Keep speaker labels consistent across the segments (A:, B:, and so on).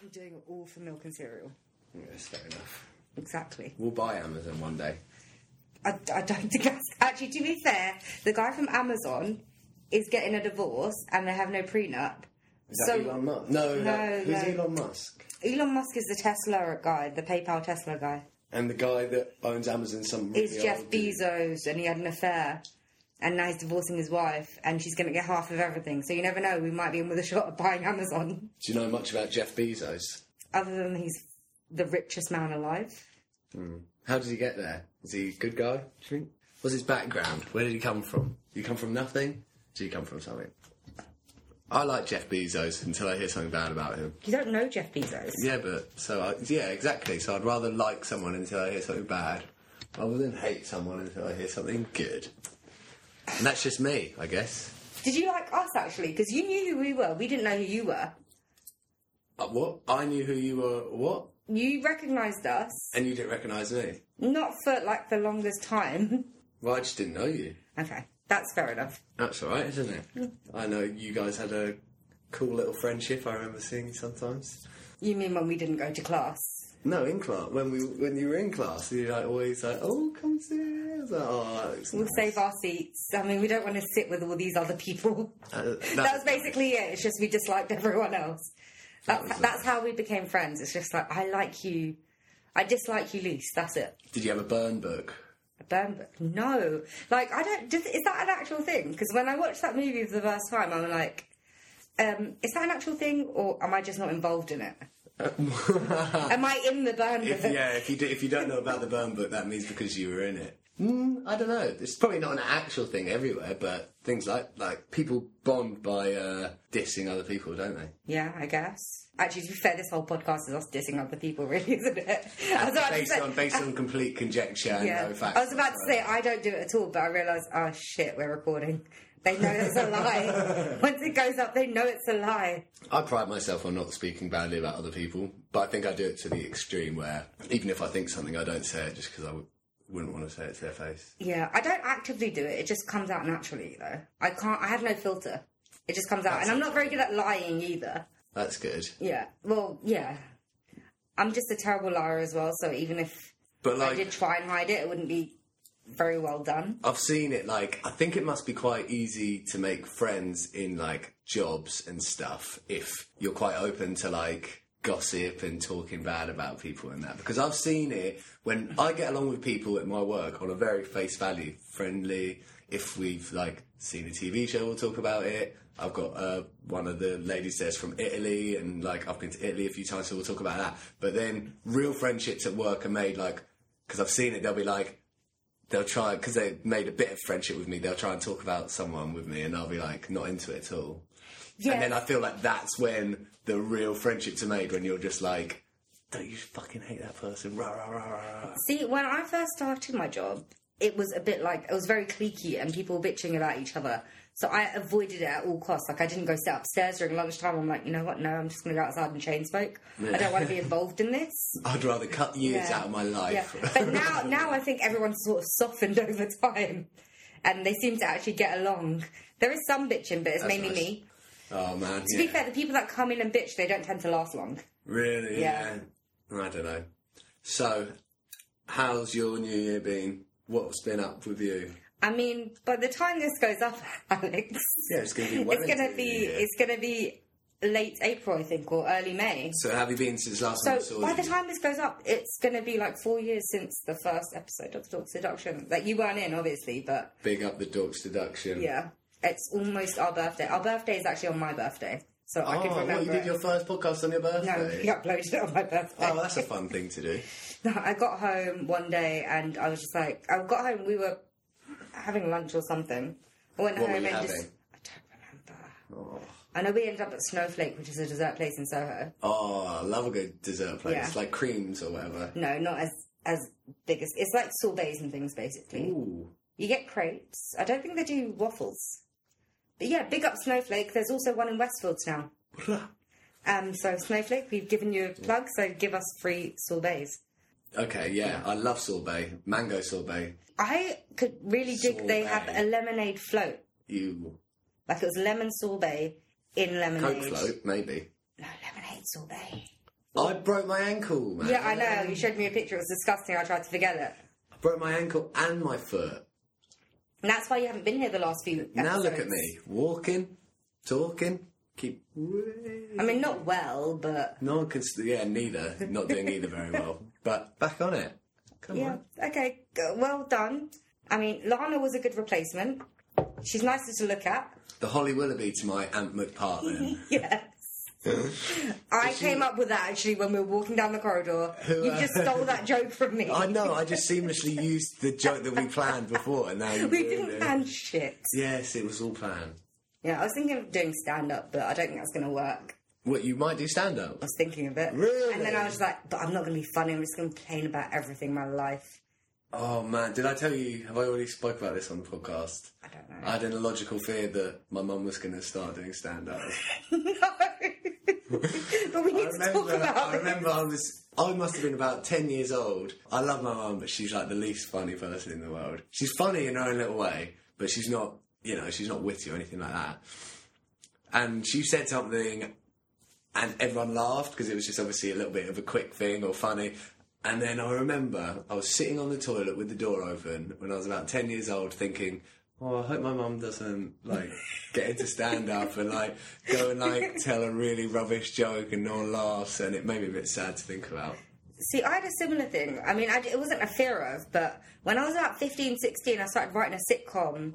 A: be doing it all for milk and cereal.
B: Yes, fair enough.
A: Exactly.
B: We'll buy Amazon one day.
A: I, I don't think that's actually. To be fair, the guy from Amazon is getting a divorce, and they have no prenup.
B: Is that
A: so
B: Elon Musk? No,
A: No,
B: that, who's
A: no.
B: Elon Musk?
A: Elon Musk is the Tesla guy, the PayPal Tesla guy.
B: And the guy that owns Amazon, some
A: It's
B: really
A: Jeff
B: old dude.
A: Bezos, and he had an affair, and now he's divorcing his wife, and she's going to get half of everything. So you never know. We might be in with a shot at buying Amazon,
B: Do you know much about Jeff Bezos?
A: other than he's the richest man alive.
B: How did he get there? Is he a good guy? Do you think? What's his background? Where did he come from? Did he come from nothing? Did he come from something? I like Jeff Bezos until I hear something bad about him.
A: You don't know Jeff Bezos.
B: Yeah, but so I, yeah, exactly. So I'd rather like someone until I hear something bad, rather than hate someone until I hear something good. And that's just me, I guess.
A: Did you like us actually? Because you knew who we were. We didn't know who you were.
B: Uh, what? I knew who you were. What?
A: You recognised us,
B: And you didn't recognise me.
A: not for like the longest time.
B: Well, I just didn't know you.
A: Okay, that's fair enough.
B: That's all right, isn't it? I know you guys had a cool little friendship. I remember seeing you sometimes.
A: You mean when we didn't go to class?
B: No, in class when we when you were in class, you like always like, oh, come see. us." I was like, oh, that looks
A: We'll
B: nice."
A: save our seats. I mean, we don't want to sit with all these other people.
B: Uh, that's-
A: that was basically it. It's just we disliked everyone else. That,
B: That was it.
A: that's how we became friends. It's just like I like you, I dislike you least. That's it.
B: Did you have a burn book?
A: A burn book? No. Like, I don't. Does, is that an actual thing? Because when I watched that movie for the first time, I'm like, um, is that an actual thing, or am I just not involved in it? am I in the burn book?
B: If, yeah, if you do, if you don't know about the burn book, that means because you were in it. Mm, I don't know. It's probably not an actual thing everywhere, but things like like people bond by uh, dissing other people, don't they?
A: Yeah, I guess. Actually, to be fair, this whole podcast is us dissing other people, really, isn't it? I was about to
B: based
A: say-
B: on based on complete conjecture and
A: yeah.
B: no facts.
A: I was about to say I don't do it at all, but I realised, oh shit, we're recording. They know it's a lie. Once it goes up, they know it's a lie.
B: I pride myself on not speaking badly about other people, but I think I do it to the extreme where even if I think something, I don't say it just because I w- wouldn't want to say it to their face.
A: Yeah, I don't actively do it. It just comes out naturally, though. I can't. I have no filter. It just comes out, and I'm not very good at lying either.
B: That's good.
A: Yeah. Well, yeah. I'm just a terrible liar as well. So even if
B: But
A: I
B: like,
A: did try and hide it, it wouldn't be very well done.
B: I've seen it. Like, I think it must be quite easy to make friends in like jobs and stuff if you're quite open to like gossip and talking bad about people and that. Because I've seen it when I get along with people at my work on a very face value friendly. If we've like seen a TV show, we'll talk about it. I've got uh, one of the ladies there's from Italy, and like I've been to Italy a few times, so we'll talk about that. But then real friendships at work are made like because I've seen it. They'll be like, they'll try because they made a bit of friendship with me. They'll try and talk about someone with me, and I'll be like not into it at all.
A: Yeah.
B: And then I feel like that's when the real friendships are made when you're just like, don't you fucking hate that person? Rah, rah, rah, rah, rah.
A: See, when I first started my job, it was a bit like it was very cliquey and people were bitching about each other. So I avoided it at all costs. Like I didn't go sit upstairs during lunchtime. I'm like, you know what? No, I'm just going to go outside and chain smoke. I don't want to be involved in this.
B: I'd rather cut years
A: Yeah.
B: out of my
A: Yeah.
B: life.
A: But now, now I think everyone's sort of softened over time, and they seem to actually get along. There is some bitching, but it's mainly
B: nice.
A: me.
B: oh man,
A: To be
B: yeah.
A: fair, the people that come in and bitch, they don't tend to last long.
B: really? Yeah.
A: Yeah.
B: I don't know. So, how's your new year been? What's been up with you?
A: I mean, by the time this goes up, Alex,
B: Yeah, it's going to be. well
A: it's gonna
B: into the new
A: be
B: year.
A: it's gonna be late April, I think, or early May.
B: so, have you been since last time I
A: So
B: saw
A: by
B: you?
A: the time this goes up, it's gonna be like four years since the first episode of Talk Seduction that you weren't in, obviously, but
B: Big up the dog's deduction.
A: yeah, it's almost our birthday. Our birthday is actually on my birthday, so I
B: oh,
A: can remember.
B: what, you did
A: it.
B: your first podcast on your
A: no,
B: birthday?
A: he uploaded it on my birthday.
B: Oh, that's a fun thing to do.
A: No, I got home one day and I was just like, I got home. We were having lunch or something. I went
B: What were
A: home
B: you
A: and just
B: having?
A: I don't remember.
B: Oh,
A: I know we ended up at Snowflake, which is a dessert place in Soho.
B: Oh, I love a good dessert place,
A: Yeah.
B: like creams or whatever.
A: No, not as as big as it's like sorbets and things basically.
B: Ooh.
A: You get crepes. I don't think they do waffles. But yeah, big up Snowflake. There's also one in Westfields now. Um, so Snowflake, we've given you a plug, so give us free sorbets.
B: Okay, yeah, I love sorbet, mango sorbet.
A: I could really dig they have
B: Sorbet.
A: a lemonade float.
B: You
A: Like it was lemon sorbet in
B: coke
A: lemonade.
B: float, maybe.
A: No, lemonade sorbet.
B: I broke my ankle, man.
A: Yeah, I know. You showed me a picture. It was disgusting. I tried to forget it.
B: I broke my ankle and my foot.
A: And that's why you haven't been here the last few episodes.
B: Now look at me, walking, talking, keep.
A: I mean, not well, but
B: No one can. St- yeah, neither. Not doing either very well. But back on it. Come
A: yeah.
B: on.
A: Okay, g- well done. I mean, Lana was a good replacement. She's nicer to look at.
B: The Holly Willoughby to my Aunt McPartlin.
A: Yes. I came up with that actually when we were walking down the corridor.
B: Who,
A: you
B: uh,
A: just stole that joke from me.
B: I know. I just seamlessly used the joke that we planned before, and now you
A: we
B: ruined
A: didn't
B: it.
A: plan shit.
B: Yes, it was all planned.
A: Yeah, I was thinking of doing stand up, but I don't think that's going to work.
B: What you might do stand up.
A: I was thinking of it.
B: Really?
A: And then I was like, but I'm not going to be funny. I'm just going to complain about everything in my life.
B: Oh man, did I tell you? Have I already spoke about this on the podcast?
A: I don't know.
B: I had an illogical fear that my mum was going to start doing stand up.
A: no. but we
B: I
A: need to talk
B: remember, I
A: about it.
B: remember I was, I must have been about 10 years old. I love my mum, but she's like the least funny person in the world. She's funny in her own little way, but she's not, you know, she's not witty or anything like that. And she said something, and everyone laughed because it was just obviously a little bit of a quick thing or funny. And then I remember I was sitting on the toilet with the door open when I was about 10 years old thinking, Oh, I hope my mum doesn't like get into stand up and like go and like tell a really rubbish joke and no one laughs and it made me a bit sad to think about.
A: See, I had a similar thing. I mean, I, it wasn't a fear of, but when I was about 15, 16, I started writing a sitcom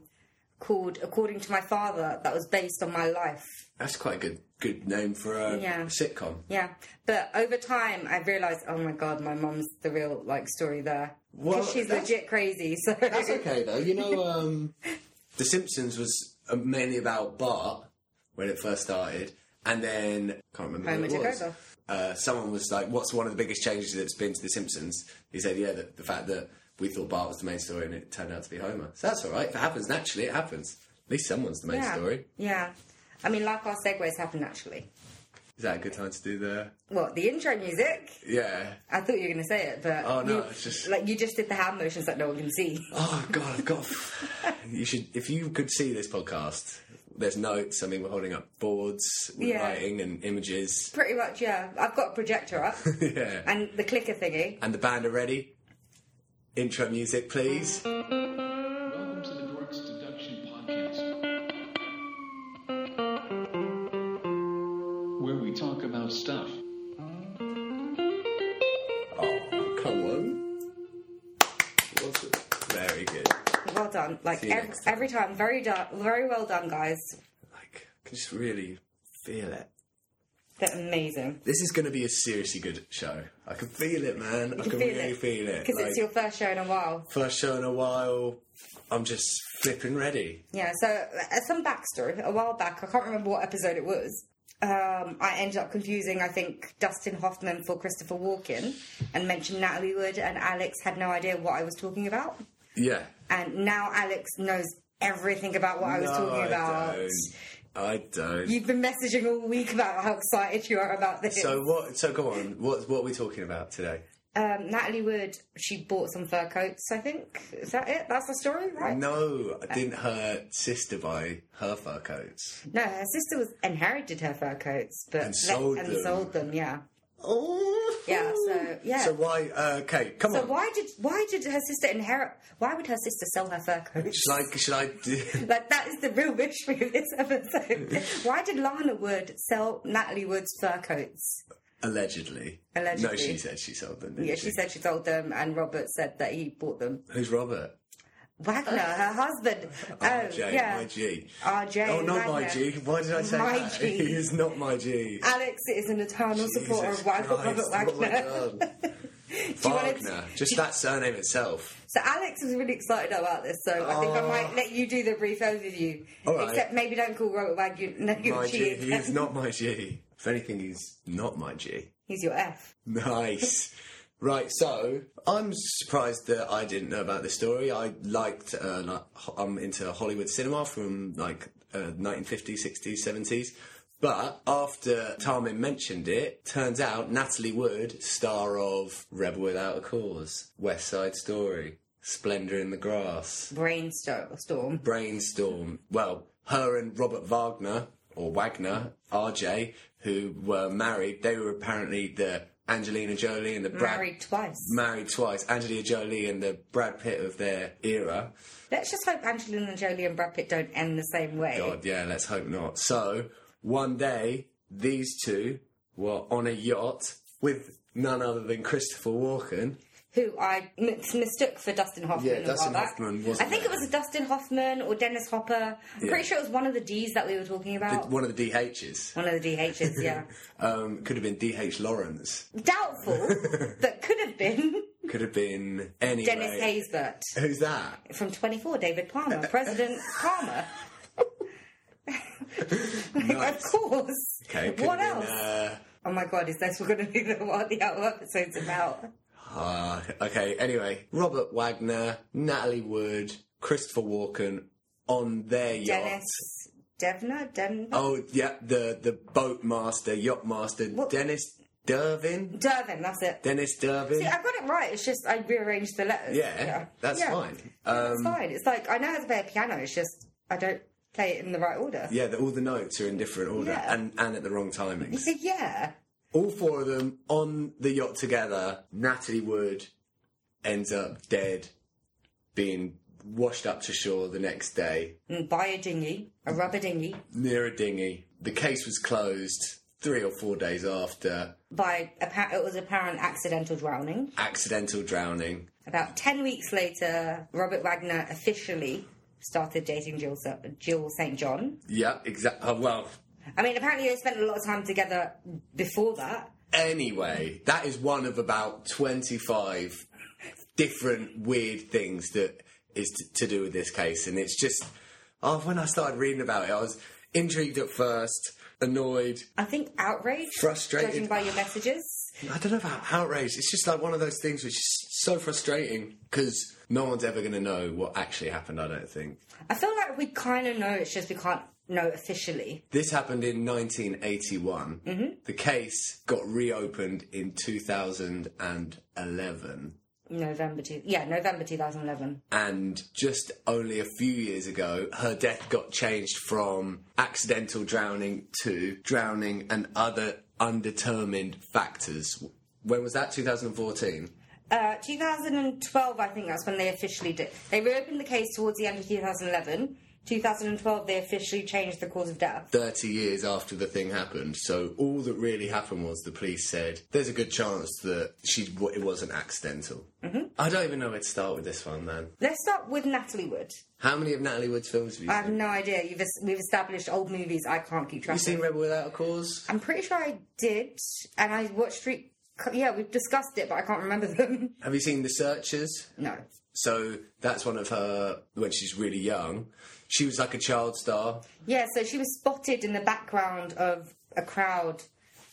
A: called According to My Father that was based on my life.
B: That's quite a good good name for a
A: Yeah.
B: sitcom.
A: Yeah. But over time, I realised, oh my God, my mum's the real, like, story there.
B: Well,
A: Because she's
B: that's-
A: legit crazy, so...
B: That's okay though. You know, um, The Simpsons was uh, mainly about Bart when it first started, and then can't remember
A: Homer
B: who it
A: took
B: was.
A: over.
B: Uh, someone was like, "What's one of the biggest changes that's been to The Simpsons?" He said, "Yeah, the, the fact that we thought Bart was the main story and it turned out to be Homer." So that's all right. If it happens naturally, it happens. At least someone's the main
A: yeah.
B: story.
A: Yeah. I mean, like our segues happen naturally.
B: Is that a good time to do the?
A: What, the intro music?
B: Yeah.
A: I thought you were going to say it, but...
B: Oh, no,
A: you-
B: it's just-
A: Like, you just did the hand motions that no one can see.
B: Oh God, I've got. you should, if you could see this podcast. There's notes. I mean, we're holding up boards, with
A: Yeah.
B: writing, and images.
A: Pretty much, yeah. I've got a projector up.
B: yeah.
A: and the clicker thingy.
B: And the band are ready. Intro music, please.
C: Welcome to the Dorks Deduction Podcast, where we talk about stuff.
B: Oh, come on. What's it? Very good.
A: Well done. Like
B: See you
A: ev-
B: next time.
A: every time, very done, very well done, guys.
B: Like, I can just really feel it.
A: They're amazing
B: This is going to be a seriously good show. I can feel it, man. I
A: can feel
B: can really
A: it.
B: feel it.
A: because
B: Like,
A: it's your first show in a while.
B: first show in a while. I'm just flipping ready.
A: Yeah. So uh, some backstory. A while back, I can't remember what episode it was. Um, I ended up confusing, I think, Dustin Hoffman for Christopher Walken, and mentioned Natalie Wood, and Alex had no idea what I was talking about.
B: Yeah.
A: And now Alex knows everything about what I was
B: No,
A: talking about.
B: don't. I don't.
A: You've been messaging all week about how excited you are about this.
B: so what? So go on. What? What are we talking about today?
A: um, Natalie Wood, she bought some fur coats, I think. Is that it? That's the story, right?
B: No, I didn't her sister buy her fur coats?
A: No, her sister was inherited her fur coats, but
B: And sold
A: and
B: them.
A: sold them. Yeah.
B: Oh,
A: Yeah, so- yeah.
B: So why? Uh, okay, come
A: So
B: on.
A: why did why did her sister inherit? Why would her sister sell her fur coats?
B: Should I? Should I? Do,
A: Like that is the real mystery of this episode. why did Lana Wood sell Natalie Wood's fur coats?
B: allegedly.
A: Allegedly.
B: No, she said she sold them. Didn't
A: Yeah, she said she sold them, and Robert said that he bought them.
B: Who's Robert?
A: Wagner, her husband. Oh,
B: RJ,
A: yeah.
B: my G.
A: RJ.
B: Oh, not my
A: Wagner.
B: G. Why did I say
A: My
B: that?
A: G.
B: He is not my G.
A: Alex is an eternal supporter
B: Jesus
A: of Wag- Robert
B: Christ,
A: Wagner.
B: oh my God.
A: you wanna-
B: Wagner. Just that surname itself.
A: So Alex was really excited about this, so I think I
B: Oh.
A: might let you do the brief overview.
B: All right.
A: Except maybe don't call Robert Wagner no,
B: My
A: G
B: G. He is
A: again.
B: not my G. If anything, he's not my G.
A: He's your F.
B: Nice. Right, so I'm surprised that I didn't know about this story. I liked, uh, like, ho- I'm into Hollywood cinema from like uh, 1950s, 60s, 70s. But after Tarmin mentioned it, turns out Natalie Wood, star of Rebel Without a Cause, West Side Story, Splendor in the Grass,
A: Brainstorm.
B: Brainstorm. Well, her and Robert Wagner or Wagner, RJ, who were married, they were apparently the Angelina Jolie and the Brad
A: Married twice.
B: married twice, Angelina Jolie and the Brad Pitt of their era.
A: Let's just hope Angelina Jolie and Brad Pitt don't end the same way.
B: God, yeah, let's hope not. So one day these two were on a yacht with none other than Christopher Walken.
A: Who I mi- mistook for Dustin Hoffman.
B: Yeah,
A: a
B: Dustin
A: while back.
B: Hoffman was
A: I think it was a Dustin Hoffman or Dennis Hopper. I'm
B: Yeah.
A: pretty sure it was one of the D's that we were talking about.
B: One of the DHs.
A: one of the DHs, yeah.
B: Um, could have been DH Lawrence.
A: Doubtful, but could have been
B: Could have been anyway.
A: Dennis Haysbert
B: Who's that?
A: from 24, David Palmer, President Palmer. Of
B: Nice.
A: course.
B: Okay, could
A: what
B: have
A: else?
B: been, uh,
A: Oh my god, is this going to be the, what the other episode's about?
B: Ah, okay. Anyway, Robert Wagner, Natalie Wood, Christopher Walken on their yacht.
A: Dennis Devner? Den-
B: Oh, yeah, the the boat master, yacht master,
A: What-
B: Dennis Dervin.
A: Dervin, that's it.
B: Dennis Dervin.
A: See, I got it right. It's just I rearranged the letters.
B: yeah, that's
A: Yeah.
B: fine.
A: It's
B: Um,
A: fine. It's like I know how to play a piano. It's just I don't play it in the right order.
B: yeah, the, all the notes are in different order
A: Yeah.
B: and, and at the wrong timings.
A: So yeah,
B: all four of them on the yacht together. Natalie Wood ends up dead, being washed up to shore the next day.
A: and buy a dinghy, a rubber dinghy,
B: near a dinghy. The case was closed three or four days after
A: by appa- it was apparent accidental drowning.
B: accidental drowning.
A: About ten weeks later, Robert Wagner officially started dating Jill Sa- Jill St John.
B: Yeah, exactly. uh, well,
A: I mean, apparently they spent a lot of time together before that.
B: anyway, that is one of about 25 different weird things that is t- to do with this case. And it's just, oh, when I started reading about it, I was intrigued at first, annoyed.
A: I think outraged,
B: Frustrated.
A: judging by your messages.
B: I don't know about outrage. It's just like one of those things which is so frustrating because no one's ever going to know what actually happened, I don't think.
A: I feel like we kind of know. It's just we can't know officially.
B: This happened in 1981. The case got reopened in 2011.
A: November two, yeah, November two thousand eleven.
B: And just only a few years ago, her death got changed from accidental drowning to drowning and other undetermined factors. When was that? 2014?
A: Uh, 2012, I think that's when they officially did. They reopened the case towards the end of 2011. 2012, they officially changed the cause of death.
B: 30 years after the thing happened. So all that really happened was the police said there's a good chance that she it wasn't accidental. Mm-hmm. I don't even know where to start with this one, man.
A: Let's start with Natalie Wood.
B: How many of Natalie Wood's films have you
A: I
B: seen?
A: have no idea. You've es- we've established old movies. I can't keep track.
B: you seen
A: of.
B: Rebel Without a Cause?
A: I'm pretty sure I did, and I watched. Re- yeah, we've discussed it, but I can't remember them.
B: Have you seen The Searchers?
A: no.
B: So that's one of her when she's really young. She was like a child star.
A: Yeah, so she was spotted in the background of a crowd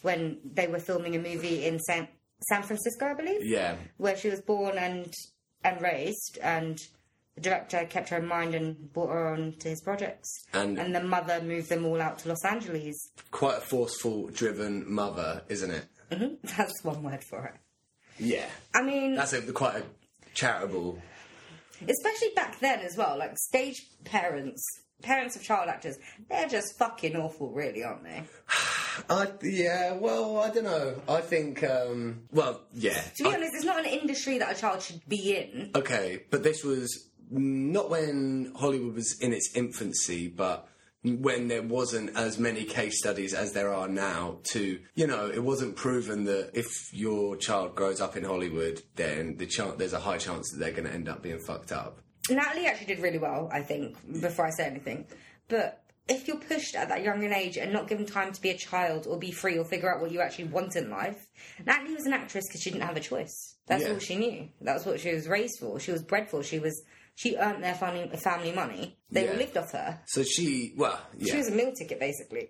A: when they were filming a movie in San San Francisco, I believe.
B: Yeah.
A: where she was born and and raised, and the director kept her in mind and brought her on to his projects.
B: And-
A: the mother moved them all out to Los Angeles.
B: Quite a forceful, driven mother, isn't it?
A: That's one word for it.
B: Yeah.
A: I mean,
B: That's a, quite a charitable.
A: especially back then as well, like stage parents, parents of child actors, they're just fucking awful, really, aren't they?
B: I, yeah, well, I don't know. I think, um, well, yeah.
A: To be
B: I-
A: honest, it's not an industry that a child should be in.
B: Okay, but this was not when Hollywood was in its infancy, but when there wasn't as many case studies as there are now to you know it wasn't proven that if your child grows up in hollywood then the chan there's a high chance that they're going to end up being fucked up
A: Natalie actually did really well, I think, before I say anything. But if you're pushed at that young an age and not given time to be a child or be free or figure out what you actually want in life, Natalie was an actress because she didn't have a choice. That's
B: Yeah.
A: all she knew. That's what she was raised for. She was bred for. She was. She earned their family, family money. They all
B: Yeah.
A: lived off her.
B: so she well yeah
A: She was a meal ticket, basically.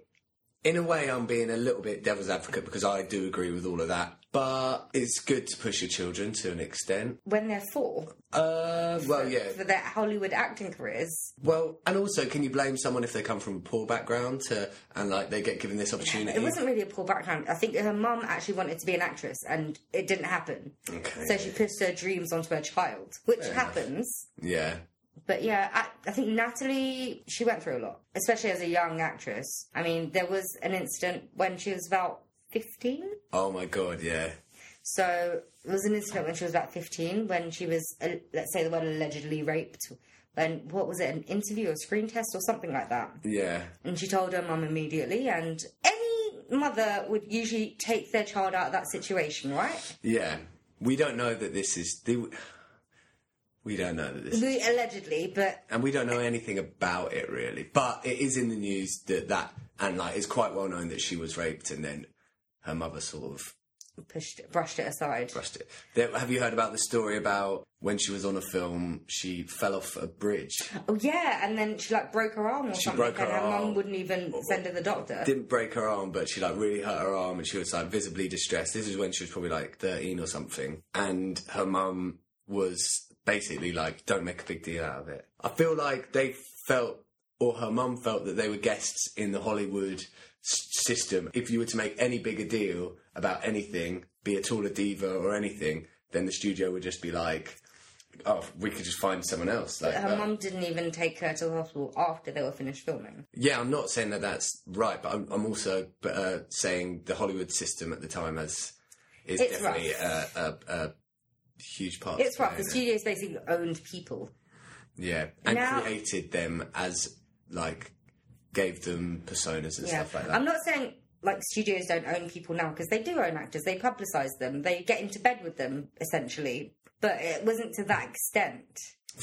B: in a way, I'm being a little bit devil's advocate because I do agree with all of that. But it's good to push your children to an extent.
A: When they're four
B: Uh, well, yeah.
A: for their Hollywood acting careers,
B: Well, and also, can you blame someone if they come from a poor background to, and like they get given this opportunity?
A: It wasn't really a poor background. I think her mum actually wanted to be an actress, and it didn't happen.
B: Okay.
A: So she pushed her dreams onto her child, which happens.
B: Yeah.
A: But yeah, I, I think Natalie, she went through a lot, especially as a young actress. I mean, there was an incident when she was about 15.
B: Oh my god. Yeah.
A: So there was an incident when she was about 15 when she was, uh, let's say the word allegedly raped. When, what was it, an interview or screen test or something like that?
B: Yeah.
A: And she told her mum immediately. And any mother would usually take their child out of that situation, right?
B: Yeah. We don't know that this is. the- We don't know that this
A: We allegedly, but
B: and we don't know anything about it really. But it is in the news that that and like it's quite well known that she was raped, and then her mother sort of
A: pushed, brushed it aside.
B: brushed it. There, have you heard about the story about when she was on a film, she fell off a bridge,
A: Oh yeah, and then she like broke her arm or something,
B: broke her
A: and her
B: arm.
A: mum wouldn't even send her the doctor.
B: didn't break her arm, but she like really hurt her arm, and she was like visibly distressed. This is when she was probably like thirteen or something, and her mum was basically like, "Don't make a big deal out of it." I feel like they felt. Or her mum felt that they were guests in the Hollywood s- system. If you were to make any bigger deal about anything, be it all a diva or anything, then the studio would just be like, "Oh, we could just find someone else." Like
A: her
B: uh,
A: mum didn't even take her to the hospital after they were finished filming.
B: yeah, I'm not saying that that's right, but I'm, I'm also uh, saying the Hollywood system at the time has is
A: It's
B: definitely a, a, a huge part. to
A: It's rough.
B: play
A: The
B: in it.
A: studios basically owned people.
B: Yeah, and
A: Now-
B: created them as like gave them personas and
A: Yeah,
B: stuff like that.
A: I'm not saying like studios don't own people now because they do own actors. They publicise them. They get into bed with them essentially. But it wasn't to that extent.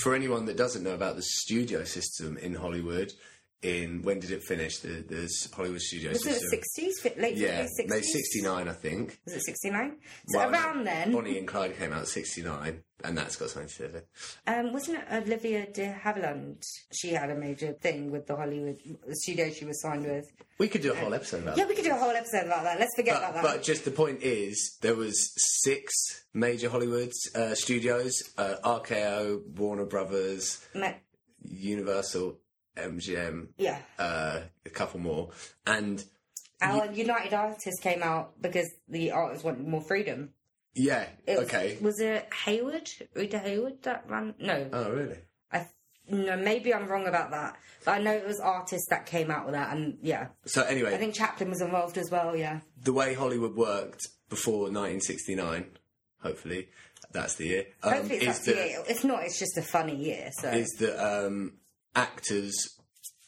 B: For anyone that doesn't know about the studio system in Hollywood, in when did it finish? The, the s- Hollywood studio
A: Was it
B: system.
A: the 60s? Fi- Late
B: yeah,
A: late 60s?
B: no, 69, I think.
A: Was it 69? So
B: Well,
A: around then,
B: Bonnie and Clyde came out 69, and that's got something to do with it.
A: um, wasn't it Olivia de Havilland? She had a major thing with the Hollywood the studio she was signed with.
B: We could do a whole episode about that.
A: Yeah, we could do a whole episode about that. Let's forget about
B: But,
A: that.
B: but just the point is, there was six major Hollywood uh, studios: uh, RKO, Warner Brothers,
A: Ma-
B: Universal, MGM,
A: yeah.
B: uh, a couple more, and
A: Our United Artists came out because the artists wanted more freedom.
B: yeah,
A: It was-
B: okay.
A: Was it Hayward? Rita Hayward that ran? No.
B: Oh, really?
A: I, no, maybe I'm wrong about that. But I know it was artists that came out with that. And yeah.
B: So anyway,
A: I think Chaplin was involved as well, yeah.
B: the way Hollywood worked before 1969, hopefully that's the year. Um,
A: Hopefully it's
B: is
A: up to
B: that-
A: you. If not, it's just a funny year. So
B: is that um, actors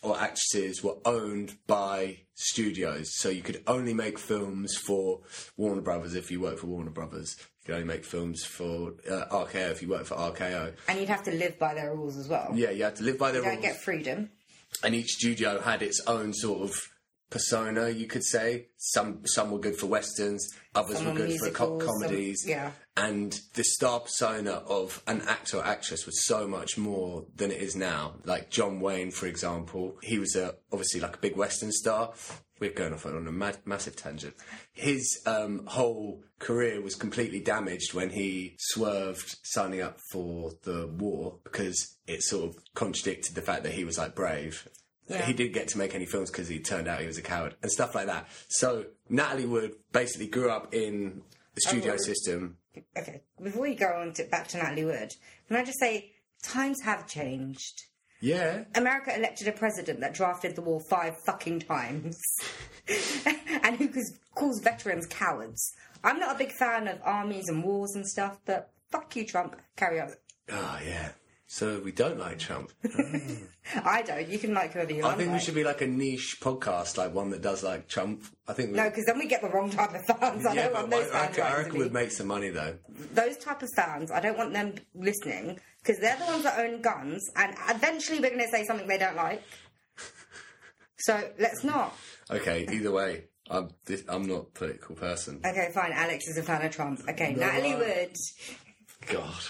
B: or actresses were owned by studios, so you could only make films for Warner Brothers if you worked for Warner Brothers. You could only make films for uh, RKO if you worked for RKO.
A: and you'd have to live by their rules as well.
B: Yeah, you had to live by their
A: You
B: rules,
A: don't get freedom.
B: and each studio had its own sort of persona. You could say some some were good for westerns, others
A: Some
B: were
A: were
B: good for co-
A: musicals, some-
B: comedies.
A: yeah.
B: and the star persona of an actor or actress was so much more than it is now. Like John Wayne, for example, he was a, obviously like a big Western star. We're going off on a mad, massive tangent. His um, whole career was completely damaged when he swerved signing up for the war because it sort of contradicted the fact that he was like brave.
A: Yeah.
B: He didn't get to make any films because he turned out he was a coward and stuff like that. So Natalie Wood basically grew up in the studio
A: Oh.
B: system
A: Okay, before you go on to back to Natalie Wood, can I just say times have changed.
B: Yeah.
A: America elected a president that drafted the war five fucking times, and who cause- calls veterans cowards. I'm not a big fan of armies and wars and stuff, but fuck you, Trump. Carry on.
B: Oh, yeah. So we don't like Trump.
A: I don't. You can like whoever you
B: I
A: want.
B: think we
A: like.
B: should be like a niche podcast, like one that does like Trump. I think we.
A: No, because then we get the wrong type of fans. I
B: yeah,
A: don't
B: but
A: want those
B: I, I,
A: fans.
B: reckon- I reckon we'd make some money though.
A: those type of fans, I don't want them listening because they're the ones that own guns, and eventually we're going to say something they don't like. So let's not.
B: Okay. Either way, I'm this, I'm not a political person.
A: Okay, fine. Alex is a fan of Trump. Okay, Natalie
B: I-
A: Wood.
B: God.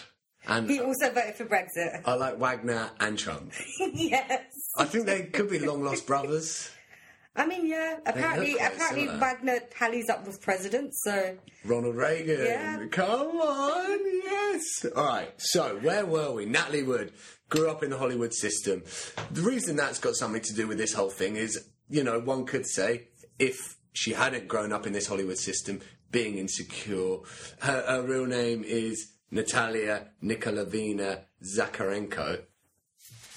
A: He
B: And
A: also voted for Brexit.
B: I like Wagner and Trump.
A: yes.
B: I think they could be long lost brothers.
A: I mean, yeah. Apparently,
B: quite
A: apparently
B: similar.
A: Wagner tallies up with presidents. So
B: Ronald Reagan.
A: Yeah.
B: Come on, yes. All right. So where were we? Natalie Wood grew up in the Hollywood system. The reason that's got something to do with this whole thing is, you know, one could say if she hadn't grown up in this Hollywood system, being insecure, her, her real name is Natalia Nikolavina Zakarenko.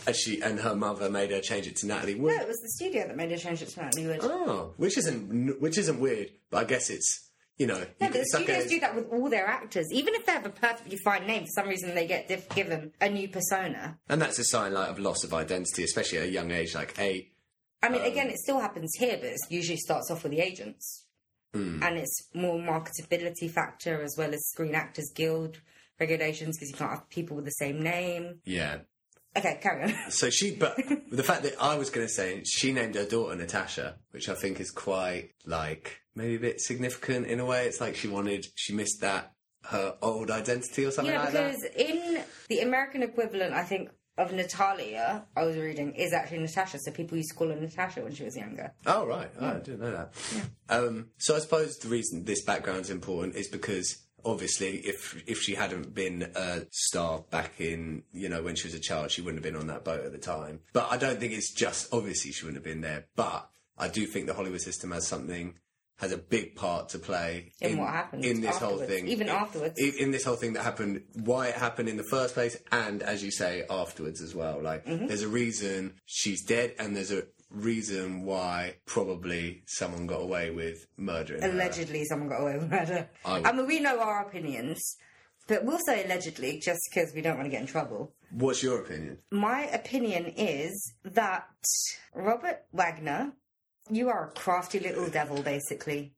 B: As she and her mother made her change it to Natalie Wood.
A: no, it was the studio that made her change it to Natalie Wood.
B: Oh, which isn't which isn't weird, but I guess it's you know,
A: No,
B: you
A: but the
B: it's like
A: studios
B: a-
A: do that with all their actors. Even if they have a perfectly fine name, for some reason they get diff- given a new persona.
B: and that's a sign like of loss of identity, especially at a young age. Like, a
A: I
B: Um,
A: mean, again, it still happens here, but it usually starts off with the agents.
B: Hmm.
A: And it's more marketability factor as well as Screen Actors Guild regulations because you can't have people with the same name.
B: yeah.
A: Okay, carry on.
B: So she, but the fact that I was going to say she named her daughter Natasha, which I think is quite like maybe a bit significant in a way. It's like she wanted, she missed that her old identity or something
A: Yeah,
B: like that.
A: because in the American equivalent, I think, of Natalia, I was reading, is actually Natasha. So people used to call her Natasha when she was younger.
B: Oh right, Oh, I didn't know that. Um, so I suppose the reason this background's important is because obviously, if if she hadn't been a star back in you know when she was a child, she wouldn't have been on that boat at the time. But I don't think it's just obviously she wouldn't have been there. But I do think the Hollywood system has something has a big part to play
A: In what happened
B: in this whole
A: afterwards,
B: thing,
A: even
B: in,
A: afterwards.
B: in, in this whole thing that happened, why it happened in the first place, and as you say, afterwards as well. Like, there's a reason she's dead, and there's a reason why probably someone got away with murdering her.
A: Allegedly, someone got away with murder.
B: I
A: I,
B: would-
A: mean, we know our opinions, but we'll say allegedly just because we don't want to get in trouble.
B: What's your opinion?
A: My opinion is that Robert Wagner, you are a crafty little devil, basically.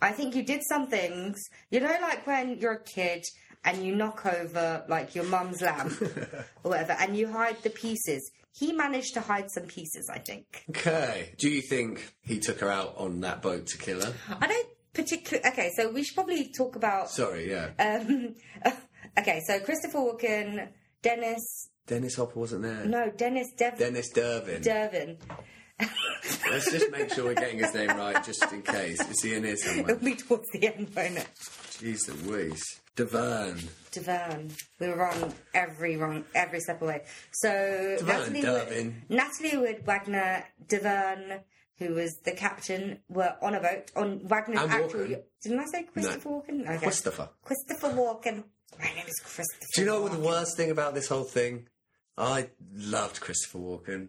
A: I think you did some things, you know, like when you're a kid and you knock over like your mum's lamp or whatever, and you hide the pieces. He managed to hide some pieces, I think.
B: Okay. Do you think he took her out on that boat to kill her?
A: I don't particularly. Okay, so we should probably talk about.
B: Sorry, yeah.
A: Um, okay, so Christopher Walken, Dennis.
B: Dennis Hopper wasn't there.
A: No, Dennis Dev-
B: Dennis Durbin.
A: Dervin.
B: Let's just make sure we're getting his name right, just in case. Is he in here somewhere?
A: It'll be towards the end, won't it?
B: Jeez Louise. Deverne.
A: Devon. We were wrong every wrong every step away. So Natalie Wood,
B: Durbin.
A: Natalie Wood, Wagner, Devon, who was the captain, were on a boat on Wagner's
B: And
A: actual.
B: Walken.
A: Didn't I say Christopher Walken? Okay.
B: Christopher.
A: Christopher Walken. My name is Christopher.
B: Do you know
A: Walken.
B: what the worst thing about this whole thing? I loved Christopher Walken.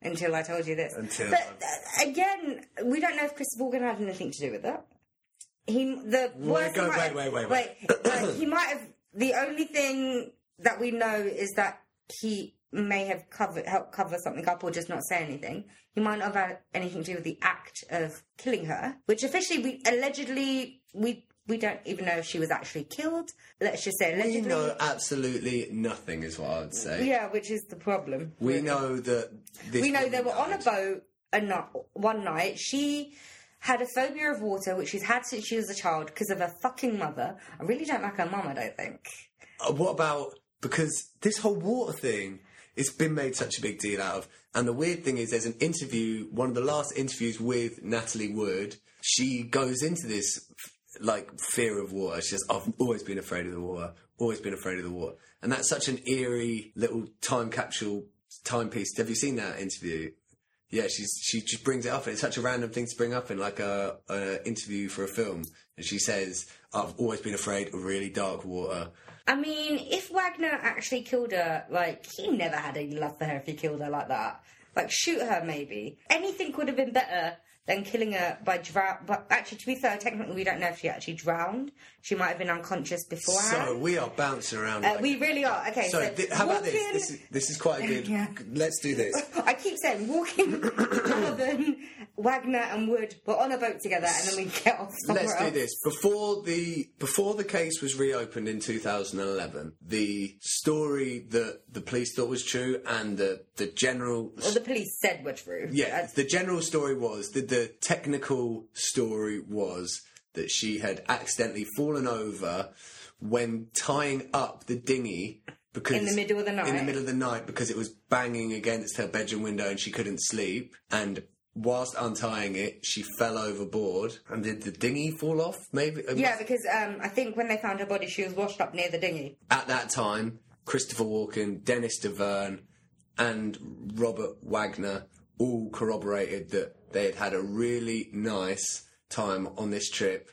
A: Until I told you this.
B: Until
A: but uh, again, we don't know if Christopher Walken had anything to do with that. He the worst
B: go-
A: he might-
B: wait, wait, wait,
A: uh, he might have. The only thing that we know is that he may have covered helped cover something up or just not say anything. He might not have had anything to do with the act of killing her, which officially we allegedly we. We don't even know if she was actually killed. Let's just say
B: We
A: allegedly.
B: know absolutely nothing, is what I would say.
A: Yeah, which is the problem.
B: We know that this.
A: we know
B: woman
A: they were on a
B: died.
A: boat a night, one night. She had a phobia of water, which she's had since she was a child because of her fucking mother. I really don't like her mum, I don't think.
B: Uh, What about because this whole water thing? It's been made such a big deal out of. And the weird thing is, there's an interview, one of the last interviews with Natalie Wood. She goes into this like fear of water. She says, "I've always been afraid of the water. Always been afraid of the water." And that's such an eerie little time capsule timepiece. Have you seen that interview? Yeah, she's she just brings it up, and it's such a random thing to bring up in like a, a interview for a film. And she says, "I've always been afraid of really dark water."
A: I mean, if Wagner actually killed her, like, he never had any love for her if he killed her like that. Like, shoot her, maybe. Anything would have been better than killing her by drown. But actually, to be fair, technically, we don't know if she actually drowned. She might have been unconscious beforehand.
B: So we are bouncing around.
A: Uh,
B: like-
A: we really are. Okay,
B: so
A: so,
B: thi- how about this?
A: Walken-
B: This is, this is quite a good.
A: Yeah.
B: Let's do this.
A: I keep saying walking Donovan, Wagner, and Wood were on a boat together, and then we get off somewhere
B: Let's do
A: else.
B: this before the before the case was reopened in 2011. The story that the police thought was true and the the general
A: Well, the police said we're true.
B: yeah the general story was that the technical story was that she had accidentally fallen over when tying up the dinghy because
A: In the middle of the
B: in the
A: night.
B: middle of the night because it was banging against her bedroom window and she couldn't sleep and whilst untying it she fell overboard and did the dinghy fall off maybe It
A: Yeah, because um, I think when they found her body, she was washed up near the dinghy.
B: at that time, Christopher Walken, Dennis DeVerne, and Robert Wagner all corroborated that they had had a really nice time on this trip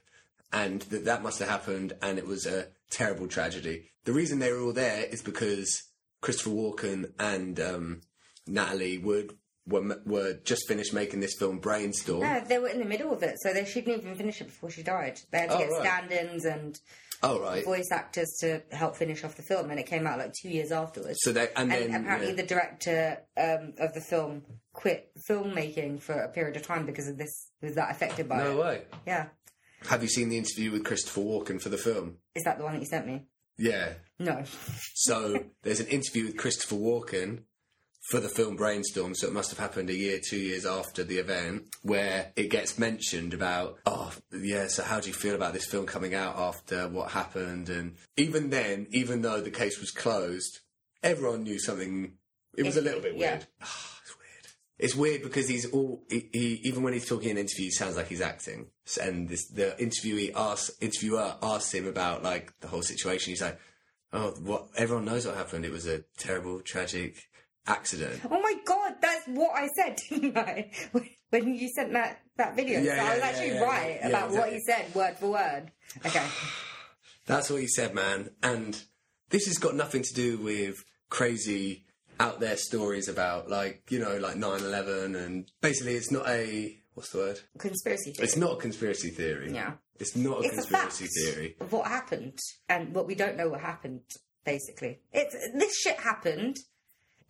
B: and that that must have happened and it was a terrible tragedy. The reason they were all there is because Christopher Walken and um, Natalie Wood were m- were just finished making this film Brainstorm.
A: No, they were in the middle of it, so they shouldn't even finish it before she died. They had to
B: Oh,
A: get
B: right.
A: stand-ins and
B: Oh right.
A: voice actors to help finish off the film, and it came out like two years afterwards.
B: So they
A: and
B: and, then
A: apparently,
B: yeah.
A: the director um, of the film quit filmmaking for a period of time because of this. He was that affected by
B: no
A: it.
B: way.
A: Yeah,
B: Have you seen the interview with Christopher Walken for the film?
A: is that the one that you sent me?
B: Yeah.
A: No,
B: So there's an interview with Christopher Walken for the film Brainstorm, so it must have happened a year, two years after the event, where it gets mentioned about, oh, yeah, so how do you feel about this film coming out after what happened? And even then, even though the case was closed, everyone knew something. It was a little bit
A: Yeah.
B: weird. Ah, it's weird. It's weird because he's all he, he even when he's talking in interviews, sounds like he's acting. S- And this the interviewee asks interviewer asks him about like the whole situation. He's like, "Oh, what? Everyone knows what happened. It was a terrible, tragic accident."
A: oh my god, that's what I said, didn't I? When you sent that that video,
B: Yeah,
A: so I was
B: yeah,
A: actually
B: yeah, yeah.
A: right
B: Yeah,
A: about what
B: exactly.
A: you said, word for word. Okay,
B: That's what he said, man. And this has got nothing to do with crazy out there stories about like you know like 9-11 and basically it's not a what's the word
A: conspiracy theory.
B: it's not a conspiracy theory
A: Yeah.
B: it's not a
A: it's a fact
B: conspiracy theory
A: of what happened and what we don't know what happened. Basically, it's this shit happened.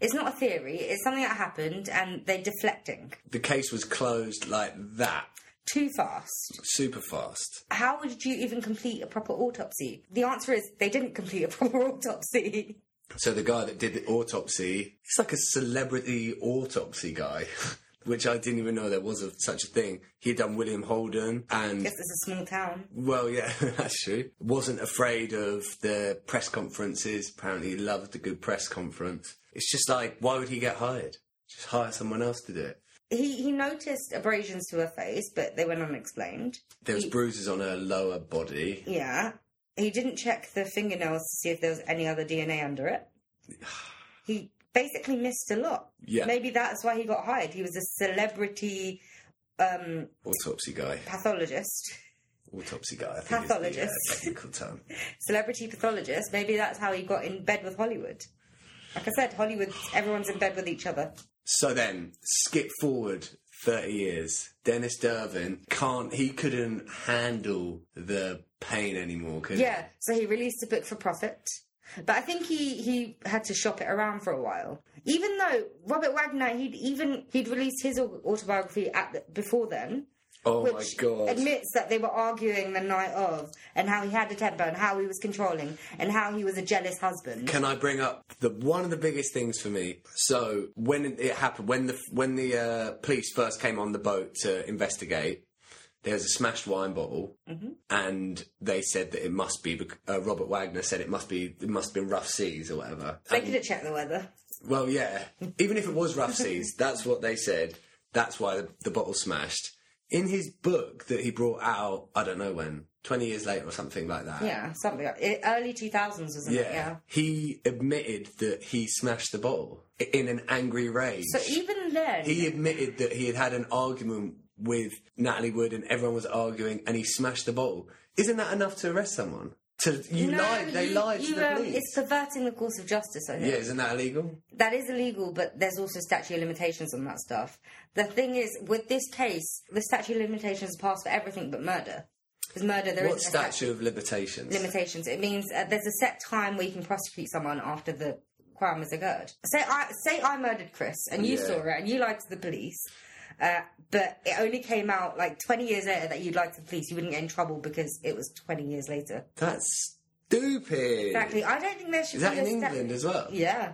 A: It's not a theory. It's something that happened, and they're deflecting
B: the case was closed like that,
A: too fast.
B: super fast.
A: How would you even complete a proper autopsy? The answer is they didn't complete a proper autopsy.
B: So the guy that did the autopsy, he's like a celebrity autopsy guy, which I didn't even know there was a, such a thing. He had done William Holden, and
A: Guess it's a small town.
B: well, yeah, that's true. Wasn't afraid of the press conferences. Apparently, he loved a good press conference. It's just like, why would he get hired? Just hire someone else to do it.
A: He he noticed abrasions to her face, but they went unexplained.
B: There was
A: He-
B: bruises on her lower body.
A: Yeah. He didn't check the fingernails to see if there was any other DNA under it. He basically missed a lot.
B: Yeah.
A: Maybe that's why he got hired. He was a celebrity um,
B: Autopsy guy.
A: pathologist,
B: Autopsy guy. I think is the, uh,
A: Pathologist.
B: technical term.
A: celebrity pathologist. Maybe that's how he got in bed with Hollywood. Like I said, Hollywood, everyone's in bed with each other.
B: So then, skip forward 30 years. Dennis Dervin can't, he couldn't handle the pain anymore, could
A: Yeah, so he released a book for profit. But I think he, he had to shop it around for a while. Even though Robert Wagner, he'd even he'd released his au- autobiography at the, before then,
B: he? Oh my
A: which
B: god.
A: admits that they were arguing the night of and how he had a temper and how he was controlling and how he was a jealous husband.
B: Can I bring up the one of the biggest things for me? So when it happened, when the when the uh, police first came on the boat to investigate, there was a smashed wine bottle,
A: Mm-hmm.
B: and they said that it must be bec- uh, Robert Wagner said it must be it must have been rough seas or whatever.
A: They could have checked the weather.
B: Well, yeah. Even if it was rough seas, that's what they said. That's why the, the bottle smashed. In his book that he brought out, I don't know when, 20 years later or something like that.
A: Yeah, something like it, early two thousands, wasn't it? Yeah.
B: Yeah. He admitted that he smashed the bottle i- in an angry rage.
A: So even then,
B: he admitted that he had had an argument with Natalie Wood and everyone was arguing and he smashed the bottle. Isn't that enough to arrest someone? To, you
A: No,
B: lied, they
A: you-
B: lied
A: you,
B: to the
A: um,
B: police.
A: It's perverting the course of justice. I think.
B: yeah, isn't that illegal?
A: that is illegal, but there's also statute of limitations on that stuff. The thing is, with this case, the statute of limitations pass for everything but murder. Because murder, there is
B: What
A: a statute
B: statute of limitations?
A: of limitations. It means uh, there's a set time where you can prosecute someone after the crime has occurred. Say I say I murdered Chris, and you
B: Yeah.
A: saw it, and you lied to the police. Uh, but it only came out like 20 years later that you'd lied to the police. You wouldn't get in trouble because it was 20 years later.
B: That's stupid.
A: Exactly. I don't think there should
B: Is that
A: be
B: in
A: a stat-
B: England as well?
A: Yeah.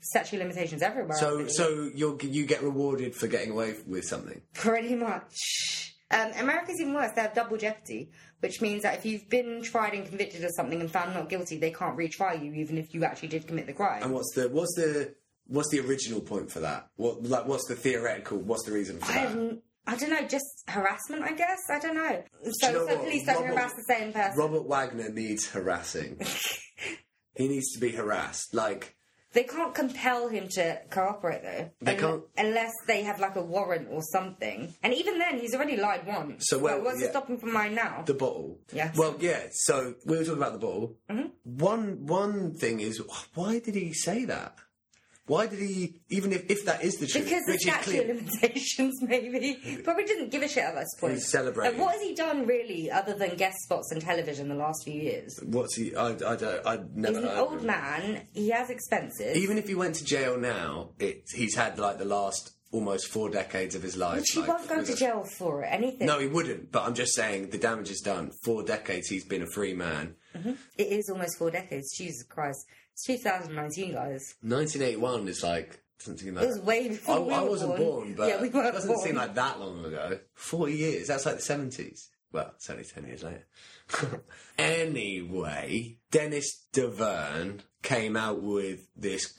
A: Statute of limitations everywhere. I
B: So,
A: believe.
B: so you are you get rewarded for getting away with something.
A: Pretty much. Um, America's even worse. They have double jeopardy, which means that if you've been tried and convicted of something and found not guilty, they can't retrial you, even if you actually did commit the
B: And
A: crime.
B: what's the what's the what's the original point for that? What like what's the theoretical? What's the reason for
A: I,
B: that?
A: haven't- I don't know, just harassment, I guess. I don't know. So,
B: you know
A: so
B: what?
A: police don't
B: Robert-
A: harass the same person.
B: Robert Wagner needs harassing. he needs to be harassed. Like
A: They can't compel him to cooperate, though.
B: They
A: Un-
B: can't-
A: unless they have like a warrant or something. And even then, he's already lied once.
B: So, well,
A: Like, what's
B: yeah.
A: stopping from mine now?
B: the bottle.
A: Yeah.
B: Well, yeah. So
A: Mm-hmm.
B: we were talking about the bottle. One one thing is why did he say that? Why did he? Even if, if that is the truth,
A: Because the
B: which is
A: statute
B: clear,
A: of limitations, maybe. Probably didn't give a shit at this point.
B: He's celebrating.
A: Like, what has he done, really, other than guest spots on television the last few years?
B: What's he? I, I don't. I never.
A: He's an
B: heard of
A: old
B: him.
A: man. He has expenses.
B: Even if he went to jail now, it, he's had like the last almost four decades of his life.
A: Which he
B: like,
A: won't go
B: with
A: to
B: a-
A: jail for it, anything.
B: No, he wouldn't. But I'm just saying the damage is done. Four decades he's been a free man.
A: It is almost four decades. Jesus Christ. It's 2019, guys.
B: 1981 is like doesn't seem like
A: It was way before
B: I,
A: we
B: I
A: were
B: wasn't
A: born.
B: but
A: Yeah, we
B: it
A: weren't
B: doesn't
A: born.
B: seem like that long ago. 40 years. That's like the 70s. Well, it's only 10 years later. anyway, Dennis DeVerne came out with this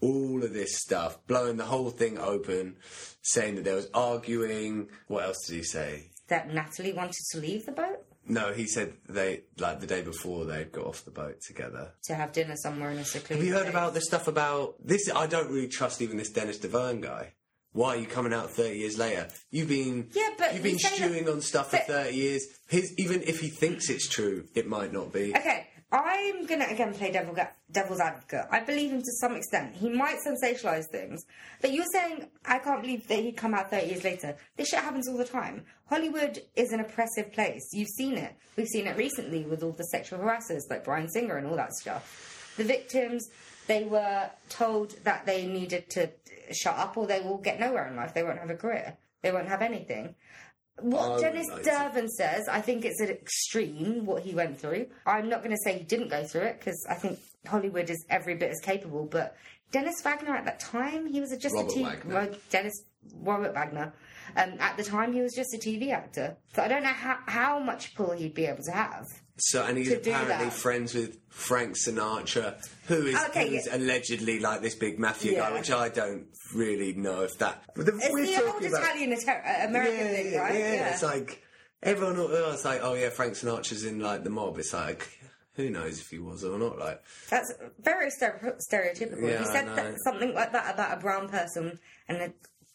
B: all of this stuff, blowing the whole thing open, saying that there was arguing. What else did he say?
A: That Natalie wanted to leave the boat
B: No, he said they like the day before they got off the boat together.
A: to have dinner somewhere in a secluded
B: Have you heard
A: place.
B: about the stuff about this? I don't really trust even this Dennis Deverne guy. Why are you coming out thirty years later? You've been
A: Yeah, but
B: you've been
A: you say that-
B: stewing on stuff for
A: but-
B: thirty years. His even if he thinks it's true, it might not be.
A: Okay, I'm gonna again play devil ga- devil's advocate. I believe him to some extent. He might sensationalize things, but you're saying I can't believe that he'd come out 30 years later. This shit happens all the time. Hollywood is an oppressive place. You've seen it. We've seen it recently with all the sexual harassers like Brian Singer and all that stuff. The victims, they were told that they needed to shut up or they will get nowhere in life. They won't have a career. They won't have anything. What
B: I
A: Dennis
B: wouldn't like to-
A: Durban says, I think it's an extreme what he went through. I'm not going to say he didn't go through it because I think Hollywood is every bit as capable. But Dennis Wagner at that time, he was a, just
B: Robert
A: a TV.
B: Wagner.
A: Ro- Dennis Robert Wagner. Um, at the time, he was just a TV actor, so I don't know how, how much pull he'd be able to have.
B: So and he's
A: To do
B: apparently
A: that.
B: friends with Frank Sinatra, who is
A: Okay,
B: who's
A: yeah.
B: allegedly like this big mafia guy,
A: Yeah.
B: which I don't really know if that. But the,
A: It's
B: we're
A: the
B: talking
A: old
B: about-
A: Italian Ita- uh, American
B: yeah,
A: thing,
B: yeah,
A: right?
B: Yeah. it's like everyone all oh, it's like, oh yeah, Frank Sinatra's in like the mob. It's like who knows if he was or not. Like
A: That's very stere- stereotypical.
B: Yeah,
A: if you
B: I
A: said
B: know.
A: that, something like that about a brown person and a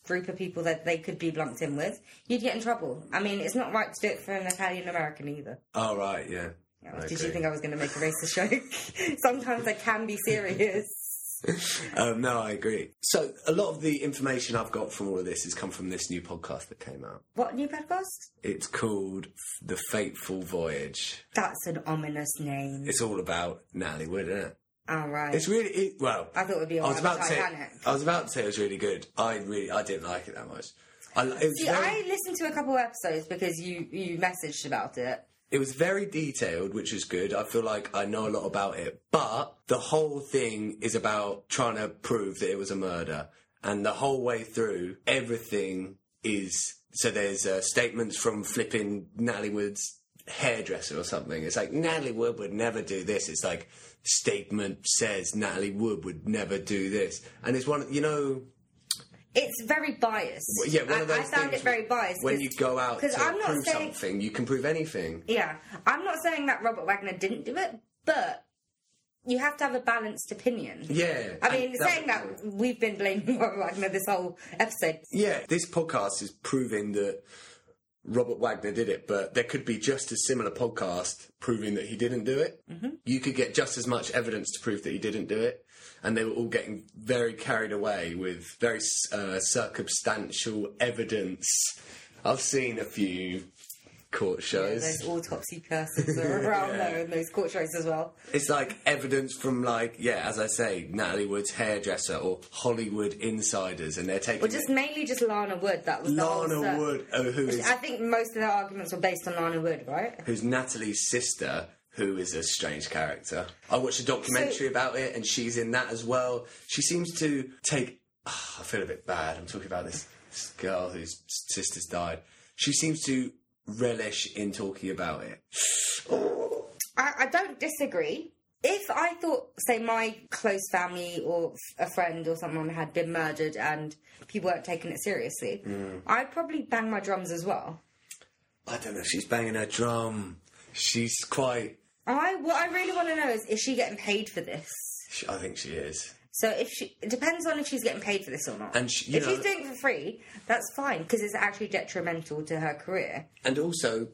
A: group of people that they could be lumped in with, you'd get in trouble. I mean, it's not right to do it for an Italian American either.
B: Oh right, yeah. I
A: Did you
B: agree.
A: think I was going to make a racist joke? Sometimes I can be serious.
B: Um, no, I agree. So a lot of the information I've got from all of this has come from this new podcast that came out.
A: What new podcast?
B: It's called The Fateful Voyage.
A: That's an ominous name.
B: It's all about Natalie Wood, isn't it?
A: All right.
B: It's really it, well.
A: I thought it would be
B: I was
A: all about
B: about to say.
A: Titanic.
B: I was about to say it was really good. I really I didn't like it that much. I, it was
A: See,
B: very-
A: I listened to a couple of episodes because you you messaged about it.
B: It was very detailed, which is good. I feel like I know a lot about it, but the whole thing is about trying to prove that it was a murder. And the whole way through, everything is so there's uh, statements from flipping Natalie Wood's hairdresser or something. It's like Natalie Wood would never do this. It's like statement says Natalie Wood would never do this, and it's one you know
A: It's very biased.
B: well, Yeah, one
A: I,
B: of those
A: I found
B: things
A: it very biased.
B: When
A: 'cause-
B: you go out to
A: 'cause I'm not
B: prove
A: saying-
B: something, you can prove anything.
A: Yeah, I'm not saying that Robert Wagner didn't do it, but you have to have a balanced opinion.
B: Yeah,
A: I mean,
B: and
A: saying that we've been blaming Robert Wagner this whole episode.
B: yeah, this podcast is proving that Robert Wagner did it, but there could be just as similar podcast proving that he didn't do it. Mm-hmm. You could get just as much evidence to prove that he didn't do it, and they were all getting very carried away with very uh, circumstantial evidence. I've seen a few court shows.
A: Those autopsy curses are around
B: Yeah.
A: though, and those court shows as well.
B: It's like evidence from like yeah, as I say, Natalie Wood's hairdresser or Hollywood insiders, and they're taking
A: But just mainly just Lana Wood. That was the whole
B: Lana
A: cir-
B: Wood, oh, who is
A: I think most of their arguments were based on Lana Wood, right?
B: who's Natalie's sister, who is a strange character. I watched a
A: So-
B: documentary about it, and she's in that as well. She seems to take. Ah, I feel a bit bad. I'm talking about this, this girl whose sister's died. She seems to relish in talking about it.
A: I, I don't disagree. If I thought, say, my close family or f- a friend or someone had been murdered and people weren't taking it seriously,
B: Mm.
A: I'd probably bang my drums as well.
B: I don't know. She's banging her drum. She's quite.
A: I what I really want to know is is she getting paid for this?
B: she- I think she is.
A: So if she it depends on if she's getting paid for this or not.
B: And she- you
A: if
B: know-
A: she's doing it for free, that's fine because it's actually detrimental to her career.
B: and also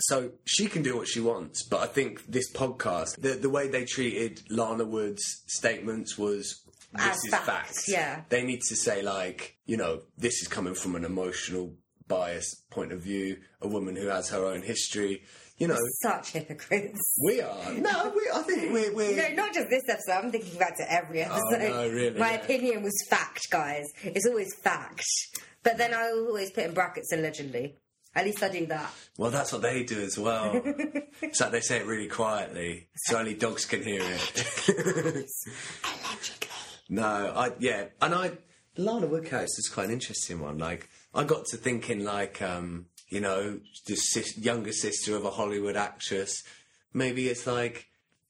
B: so she can do what she wants but i think this podcast the, the way they treated lana wood's statements was this
A: As
B: is
A: facts,
B: facts.
A: yeah.
B: They need to say like, you know, this is coming from an emotional bias point of view, a woman who has her own history. You know,
A: Such hypocrites.
B: we are. No, we I think we're we're
A: No, not just this episode. I'm thinking back to every episode.
B: Oh, no, really,
A: My
B: yeah.
A: opinion was fact, guys. It's always fact. But then I always put in brackets allegedly. At least I do that.
B: Well, that's what they do as well. it's like they say it really quietly, so only dogs can hear it.
A: Allegedly.
B: no, I yeah, and I Lana Woodhouse is quite an interesting one. Like I got to thinking, like um, you know, the sis- younger sister of a Hollywood actress. Maybe it's like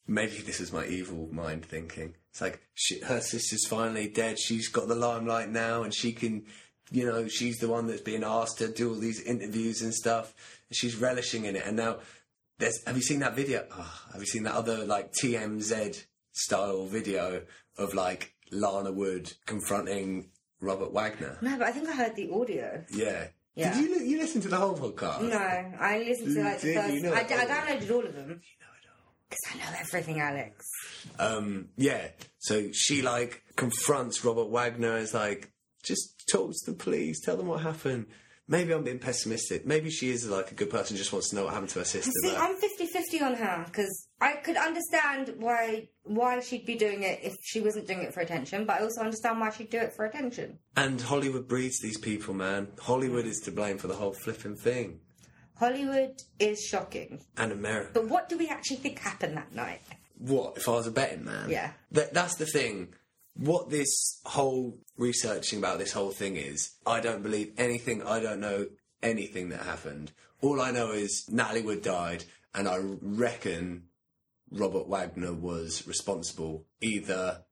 B: maybe this is my evil mind thinking. It's like she, her sister's finally dead. She's got the limelight now, and she can, you know, she's the one that's being asked to do all these interviews and stuff. And she's relishing in it. And now, there's have you seen that video? Oh, have you seen that other like TMZ style video of like Lana Wood confronting Robert Wagner?
A: No, but I think I heard the audio.
B: Yeah.
A: Yeah.
B: Did you li- you listen to the whole podcast?
A: No, I listened to like the
B: Did
A: first.
B: you know
A: I,
B: it?
A: I downloaded all of them. Because I know everything, Alex.
B: Um, yeah. So she like confronts Robert Wagner as like, just talk to the police, tell them what happened. Maybe I'm being pessimistic. Maybe she is like a good person, just wants to know what happened to her sister.
A: See,
B: but-
A: I'm 50-50 on her because I could understand why why she'd be doing it if she wasn't doing it for attention, but I also understand why she'd do it for attention.
B: and Hollywood breeds these people, man. Hollywood is to blame for the whole flipping thing.
A: Hollywood is shocking,
B: And America.
A: but what do we actually think happened that night?
B: what if I was a betting man?
A: Yeah.
B: That that's the thing. What this whole researching about this whole thing is, I don't believe anything. I don't know anything that happened. All I know is Natalie Wood died, and I reckon Robert Wagner was responsible. Either.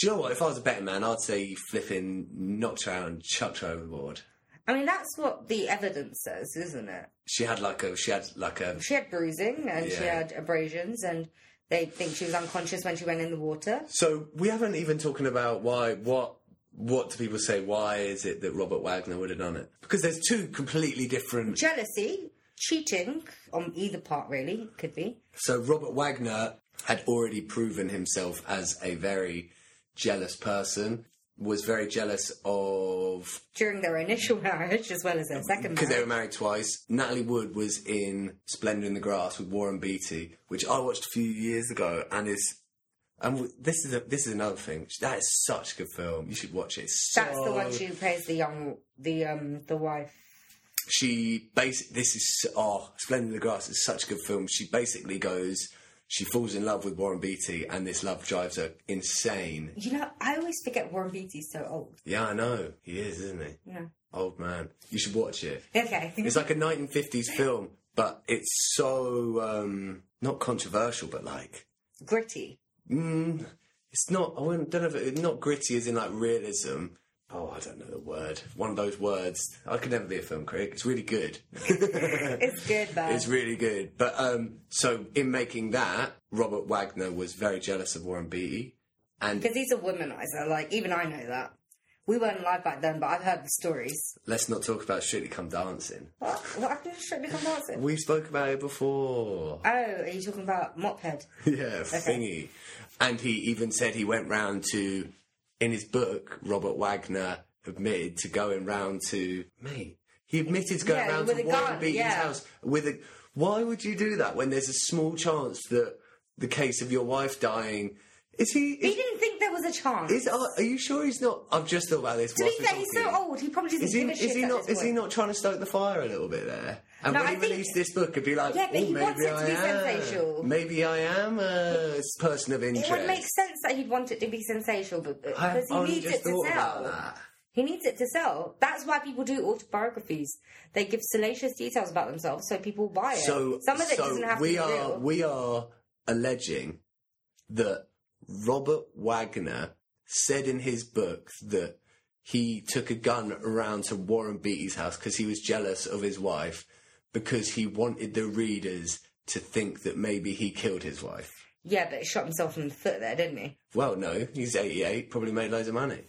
B: Do you know what? If I was a betting man, I'd say you flipping knocked her out and chucked her overboard.
A: I mean, that's what the evidence says, isn't it?
B: She had like a she had like a
A: She had bruising and she
B: Yeah.
A: had abrasions, and they think she was unconscious when she went in the water.
B: So we haven't even talking about why what what do people say? Why is it that Robert Wagner would have done it? Because there's two completely different.
A: Jealousy, cheating on either part, really, could be.
B: So Robert Wagner had already proven himself as a very jealous person. Was very jealous of
A: During their initial marriage, as well as their second
B: because they
A: marriage.
B: were married twice. Natalie Wood was in Splendor in the Grass with Warren Beatty, which I watched a few years ago, and is and w- this is a, this is another thing. That is such a good film. You should watch it. It's
A: That's the
B: so
A: one she plays the young, the um, the wife.
B: she basic this is oh splendid in the grass is such a good film she basically goes she falls in love with warren beatty and this love drives her insane
A: You know, I always forget Warren Beatty's so old.
B: yeah i know he is isn't he
A: Yeah.
B: old man you should watch it
A: Okay.
B: it's like a 1950s film but it's so um not controversial but like
A: Gritty.
B: mm, it's not i wouldn't, don't know if it, not gritty as in like realism oh i don't know the word one of those words i could never be a film critic it's really good
A: It's good, but
B: It's really good. But um, so in making that, Robert Wagner was very jealous of Warren Beatty, and
A: because he's a womanizer. Like even I know that. We weren't alive back then, but I've heard the stories.
B: let's not talk about Strictly Come Dancing.
A: What? What happened to Strictly Come Dancing?
B: We spoke about it before.
A: Oh, are you talking about Mophead?
B: yeah, thingy. And he even said he went round to, in his book, Robert Wagner admitted to going round to mate. He admitted to going
A: Yeah,
B: round
A: with
B: to
A: a
B: Warren
A: gun,
B: Beatty's
A: yeah.
B: house with a. Why would you do that when there's a small chance that the case of your wife dying? Is he? Is
A: He didn't think there was a chance.
B: Is oh, are, are you sure he's not? I've just thought about this.
A: to be
B: whilst we're
A: fair, he's so
B: talking.
A: old. He probably doesn't
B: Is he?
A: give a shit
B: Is he
A: at
B: not?
A: this
B: Is he
A: point.
B: not trying to stoke the fire a little bit there? And
A: No,
B: when
A: I
B: he
A: think-
B: released this book, it'd be like,
A: Yeah, but
B: "Oh,
A: he
B: maybe
A: wants it to
B: I
A: be
B: am.
A: sensational."
B: Maybe I am a person of interest."
A: It would make sense that he'd want it to be sensational, but
B: I have
A: because he
B: only
A: needs
B: just
A: it to
B: thought about
A: sell.
B: that.
A: He needs it to sell. That's why people do autobiographies. They give salacious details about themselves so people buy it.
B: So,
A: some of it
B: so
A: doesn't have
B: we
A: to be
B: are
A: real.
B: we are alleging that Robert Wagner said in his book that he took a gun around to Warren Beatty's house because he was jealous of his wife because he wanted the readers to think that maybe he killed his wife.
A: Yeah, but he shot himself in the foot there, didn't he?
B: Well, no, he's 88, probably made loads of money.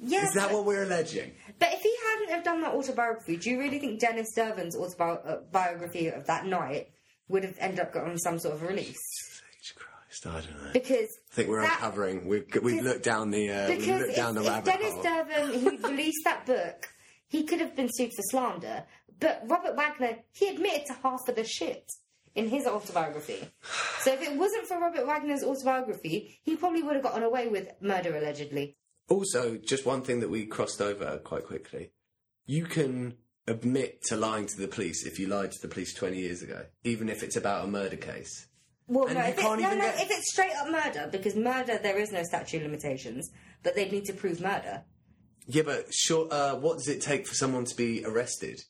A: Yeah.
B: Is that
A: but,
B: what we're alleging?
A: but if he hadn't have done that autobiography, do you really think Dennis uh, Durvin's autobiography of that night would have ended up getting some sort of release?
B: Jesus Christ. Just, I don't know.
A: because
B: I think we're
A: that-
B: uncovering. We've g- we've looked down the uh, we've
A: because
B: looked
A: if,
B: down the
A: if
B: rabbit
A: Dennis
B: hole.
A: Durbin who released that book, he could have been sued for slander. But Robert Wagner, he admitted to half of the shit in his autobiography. So if it wasn't for Robert Wagner's autobiography, he probably would have gotten away with murder allegedly.
B: Also, just one thing that we crossed over quite quickly. You can admit to lying to the police if you lied to the police 20 years ago, even if it's about a murder case.
A: Well,
B: And
A: no,
B: you
A: if, it, no,
B: can't
A: no
B: even get-
A: if it's straight up murder, because murder there is no statute of limitations, but they'd need to prove murder.
B: Yeah, but sure, uh, what does it take for someone to be arrested?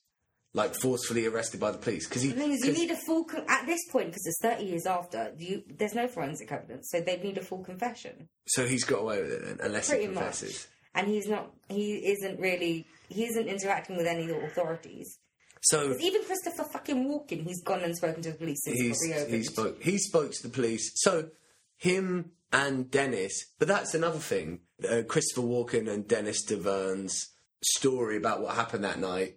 B: Like forcefully arrested by the police? Because
A: The thing is, you need a full con- at this point because it's thirty years after. You, there's no forensic evidence, so they'd need a full confession.
B: so he's got away with it then, unless he
A: pretty
B: confesses.
A: much. And he's not. He isn't really. He isn't interacting with any of the authorities.
B: So
A: Even Christopher fucking Walken, he's gone and spoken to the police since
B: he's,
A: it got reopened.
B: he spoke he spoke to the police. So him and Dennis, but that's another thing. Uh, Christopher Walken and Dennis Devern's story about what happened that night.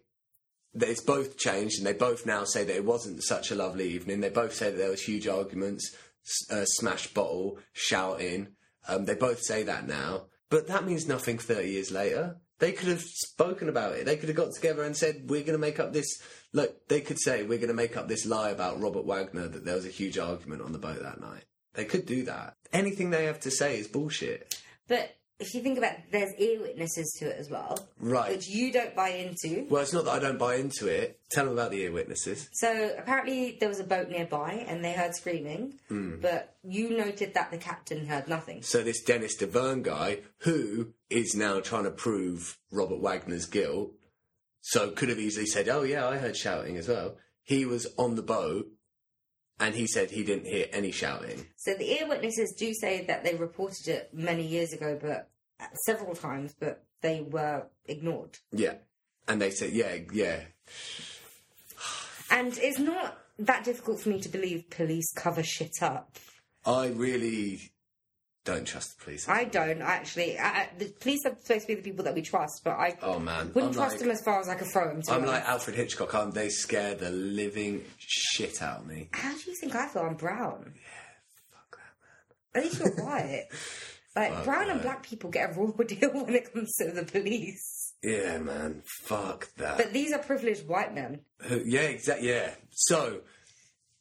B: that It's both changed, and they both now say that it wasn't such a lovely evening. They both say that there was huge arguments, s- uh, smashed bottle, shouting. Um, they both say that now, but that means nothing. Thirty years later, they could have spoken about it. They could have got together and said, "We're going to make up this." Look, they could say, "We're going to make up this lie about Robert Wagner that there was a huge argument on the boat that night." They could do that. Anything they have to say is bullshit.
A: but if you think about, it, there's earwitnesses to it as well,
B: Right.
A: Which you don't buy into.
B: Well, it's not that I don't buy into it. Tell them about the ear witnesses.
A: So apparently there was a boat nearby, and they heard screaming.
B: Hmm.
A: But you noted that the captain heard nothing.
B: So this Dennis Deverne guy, who is now trying to prove Robert Wagner's guilt, so could have easily said, "Oh yeah, I heard shouting as well." He was on the boat, and he said he didn't hear any shouting.
A: So the ear witnesses do say that they reported it many years ago, but uh, several times, but they were ignored.
B: Yeah, and they said, "Yeah, yeah."
A: And it's not that difficult for me to believe police cover shit up.
B: I really don't trust the police.
A: I don't actually. I, I- the police are supposed to be the people that we trust, but I
B: oh man,
A: wouldn't
B: I'm
A: trust
B: like,
A: them as far as I could throw them. To
B: I'm
A: be
B: like
A: honest.
B: Alfred Hitchcock. I'm, they scare the living shit out of me.
A: how do you think I feel? I'm brown. Yeah, fuck that man. At least you're white. Like brown and black people get a raw deal when it comes to the police.
B: Yeah, man, fuck that.
A: But these are privileged white men.
B: Who- Yeah, exactly. Yeah. So,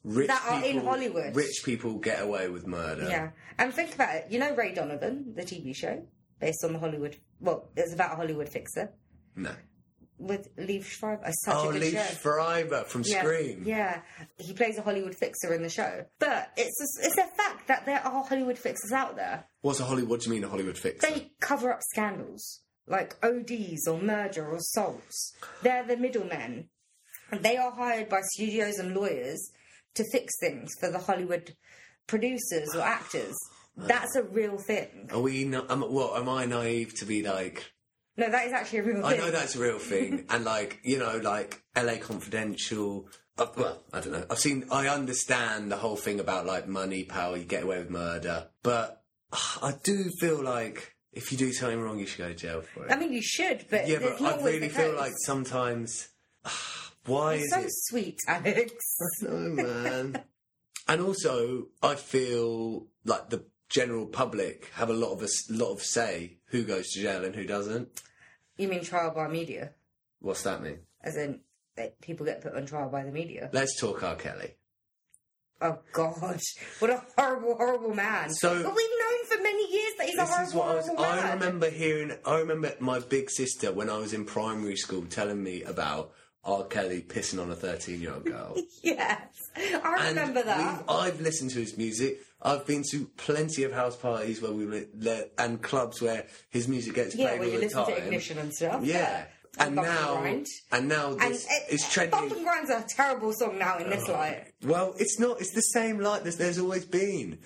B: rich
A: That are in
B: people,
A: Hollywood.
B: Rich people get away with murder.
A: Yeah. And think about it. You know Ray Donovan, the TV show, based on the Hollywood. Well, it's about a Hollywood fixer
B: No.
A: with Leif Schreiber. It's Such
B: Oh,
A: a good
B: Leaf
A: show.
B: Schreiber from
A: Yeah,
B: Scream.
A: Yeah, he plays a Hollywood fixer in the show. But it's a, it's a fact that there are Hollywood fixers out there.
B: What's a Hollywood? What do you mean a Hollywood fixer?
A: They cover up scandals like ODs or murder or assaults. They're the middlemen. And They are hired by studios and lawyers to fix things for the Hollywood producers or actors. That's a real thing.
B: Are we? Na- am, what am I naive to be like?
A: No, that is actually a real
B: I
A: thing.
B: know that's a real thing, and like you know, like L.A. Confidential. Uh, well, I don't know. I've seen. I understand the whole thing about like money, power. You get away with murder, but ah, I do feel like if you do something wrong, you should go to jail for it.
A: I mean, you should, but
B: Yeah,
A: there's
B: but
A: not
B: I
A: always
B: really
A: the
B: feel
A: case.
B: like sometimes. Why is
A: so
B: it?
A: sweet, Alex.
B: No, man. and also, I feel like the general public have a lot of a lot of say who goes to jail and who doesn't.
A: You mean trial by media?
B: What's that mean?
A: as in that people get put on trial by the media.
B: Let's talk R. Kelly.
A: Oh God, what a horrible, horrible man!
B: So-
A: but we've known for many years that he's a
B: This
A: horrible,
B: is what I was.
A: horrible man.
B: I remember hearing. I remember my big sister when I was in primary school telling me about R. Kelly pissing on a thirteen-year-old girl.
A: Yes, I
B: And
A: remember that.
B: we've- I've listened to his music. I've been to plenty of house parties where we were le- and clubs where his music gets
A: Yeah,
B: played
A: where
B: all
A: you
B: the
A: listen
B: time.
A: to Ignition and stuff.
B: Yeah. And
A: Bump and
B: now,
A: grind.
B: and now
A: And
B: this
A: it,
B: is trending. Oh,
A: Bump and Grind's a terrible song now in this light.
B: Well, it's not. It's the same like this. There's always been.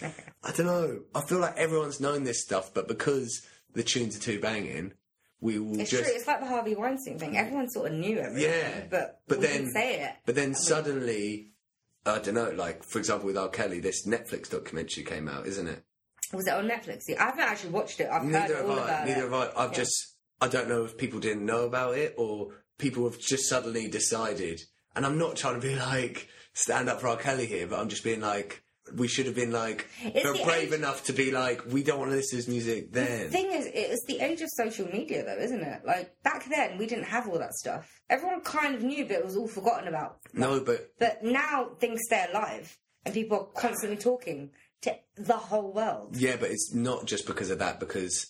B: I don't know. I feel like everyone's known this stuff, but because the tunes are too banging, we will
A: It's
B: just.
A: true. It's like the Harvey Weinstein thing. Everyone sort of knew everything,
B: Yeah,
A: but
B: but
A: we
B: then-
A: didn't say it.
B: But then suddenly, I don't know. Like for example, with R. Kelly, this Netflix documentary came out, isn't it?
A: Was it on Netflix? Yeah, I haven't actually watched it. I've
B: Neither
A: heard
B: have
A: all
B: I.
A: about
B: Neither
A: it.
B: have I. I've just. I don't know if people didn't know about it or people have just suddenly decided. And I'm not trying to be like stand up for R. Kelly here, but I'm just being like we should have been like,
A: It's
B: but
A: the
B: brave
A: age-
B: enough to be like, we don't want to listen to his music then.
A: Thing is, it's the age of social media, though, isn't it? Like back then, we didn't have all that stuff. Everyone kind of knew, but it was all forgotten about.
B: no, but
A: But now things stay alive, and people are constantly talking to the whole world.
B: yeah, but it's not just because of that. Because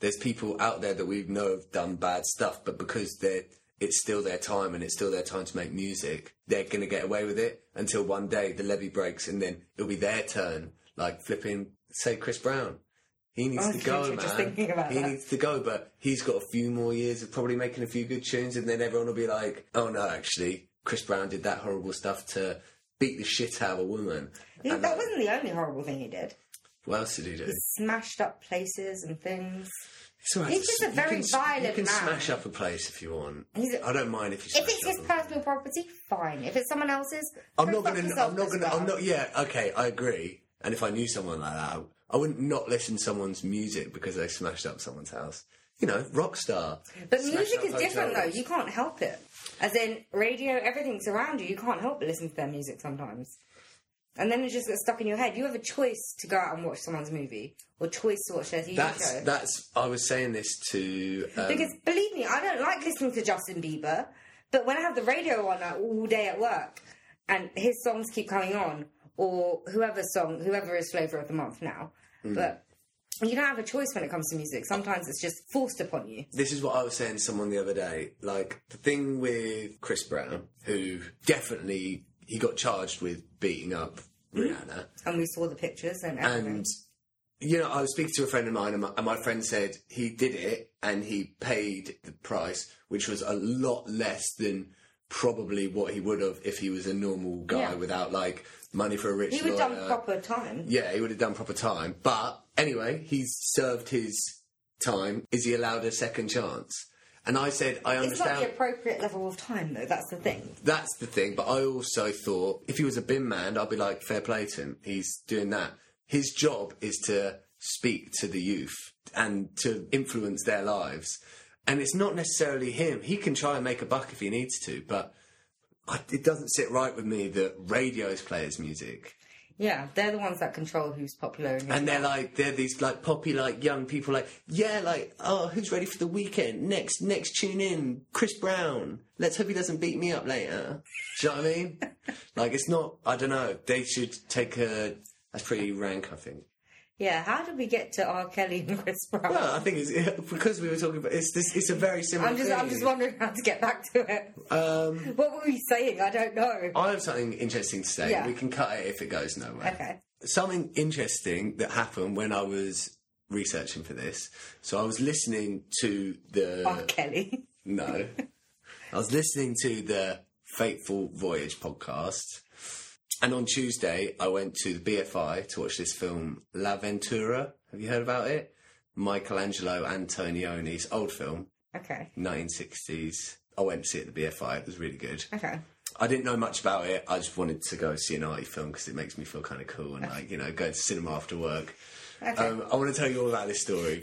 B: there's people out there that we know have done bad stuff, but because they're it's still their time and it's still their time to make music, they're gonna get away with it until one day the levy breaks and then it'll be their turn. Like flipping, say Chris Brown. He needs
A: Oh,
B: to
A: I'm
B: go,
A: literally
B: man.
A: just thinking about
B: he
A: that.
B: needs to go, but he's got a few more years of probably making a few good tunes, and then everyone will be like, "Oh no, actually, Chris Brown did that horrible stuff to beat the shit out of a woman."
A: That
B: And, like,
A: wasn't the only horrible thing he did.
B: what else did he do?
A: He smashed up places and things.
B: It's all right.
A: He's just a
B: You
A: very
B: can s- You
A: violent
B: can
A: man.
B: smash up a place if you want.
A: He's a-
B: I don't mind if you smash
A: If it's
B: up
A: his
B: a-
A: personal property, fine. If it's someone else's,
B: I'm
A: go
B: not
A: fuck
B: gonna.
A: yourself,
B: I'm not
A: Chris
B: gonna. I'm
A: Brown.
B: not. Yeah. Okay. I agree. And if I knew someone like that, I- I wouldn't not listen to someone's music because they smashed up someone's house. You know, rock star.
A: But
B: smashed
A: music
B: up
A: is different,
B: hotels.
A: though. You can't help it. As in, radio, everything's around you. You can't help but listen to their music sometimes. And then it just gets stuck in your head. You have a choice to go out and watch someone's movie or choice to watch their TV
B: That's
A: show.
B: that's. I was saying this to. Um,
A: because believe me, I don't like listening to Justin Bieber, but when I have the radio on like, all day at work and his songs keep coming on, or whoever's song, whoever is flavour of the month now, but you don't have a choice when it comes to music. Sometimes it's just forced upon you.
B: this is what I was saying to someone the other day. Like the thing with Chris Brown, who definitely he got charged with beating up
A: Hmm?
B: Rihanna.
A: And we saw the pictures and everything.
B: and you know, I was speaking to a friend of mine, and my, and my friend said he did it and he paid the price, which was a lot less than probably what he would have if he was a normal guy
A: Yeah.
B: without like money for a rich
A: he would
B: lawyer.
A: done proper time.
B: Yeah, he would have done proper time. But anyway, he's served his time. Is he allowed a second chance? And I said, I
A: It's not
B: understand.
A: the appropriate level of time, though. That's the thing.
B: That's the thing. But I also thought if he was a bin man, I'd be like, fair play to him. He's doing that. His job is to speak to the youth and to influence their lives. And it's not necessarily him. He can try and make a buck if he needs to, but I, it doesn't sit right with me that radios play his music.
A: Yeah, they're the ones that control who's popular. And, who's
B: And they're like they're these like poppy like young people like yeah like oh who's ready for the weekend next next tune in Chris Brown let's hope he doesn't beat me up later do you know what I mean like it's not I don't know they should take a that's pretty rank I think
A: yeah, how did we get to R. Kelly and Chris Brown?
B: well I think it's because we were talking about it's this it's a very similar
A: I'm just,
B: thing.
A: I'm just wondering how to get back to it.
B: um
A: What were we saying? I don't know.
B: I have something interesting to say
A: Yeah.
B: we can cut it if it goes nowhere
A: Okay.
B: something interesting that happened when I was researching for this so I was listening to the
A: R. Kelly.
B: No. I was listening to the Fateful Voyage podcast. And on Tuesday, I went to the BFI to watch this film, La Ventura. Have you heard about it? Michelangelo Antonioni's old film,
A: Okay.
B: 1960s. I went to see it at the BFI. It was really good.
A: Okay.
B: I didn't know much about it. I just wanted to go see an arty film because it makes me feel kind of cool and like you know go to cinema after work. Um, I want to tell you all about this story.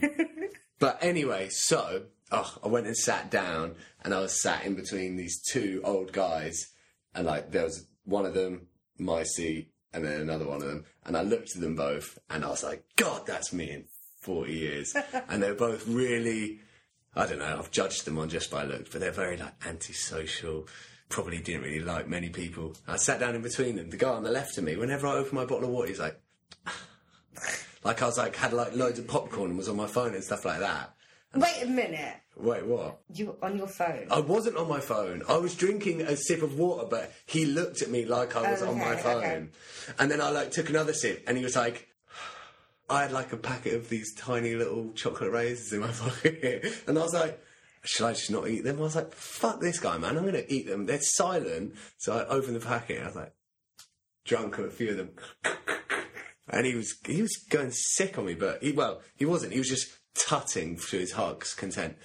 B: but anyway, so oh, I went and sat down, and I was sat in between these two old guys, and like there was one of them my seat, and then another one of them, and I looked at them both, and I was like, God, that's me in forty years, and they're both really. I don't know. I've judged them on just by looks, but they're very like antisocial. Probably didn't really like many people. I sat down in between them. The guy on the left of me, whenever I opened my bottle of water, he's like, like I was like had like loads of popcorn and was on my phone and stuff like that.
A: Wait a minute.
B: Wait, what?
A: You on your phone?
B: I wasn't on my phone. I was drinking a sip of water, but he looked at me like I was on
A: Okay,
B: my
A: okay.
B: phone. And then I like took another sip, and he was like. I had like a packet of these tiny little chocolate raisins in my pocket, and I was like, "Should I just not eat them?" I was like, "Fuck this guy, man! I'm going to eat them." They're silent, so I opened the packet. and I was like, drunk of a few of them, and he was he was going sick on me, but he well he wasn't. He was just tutting to his heart's content.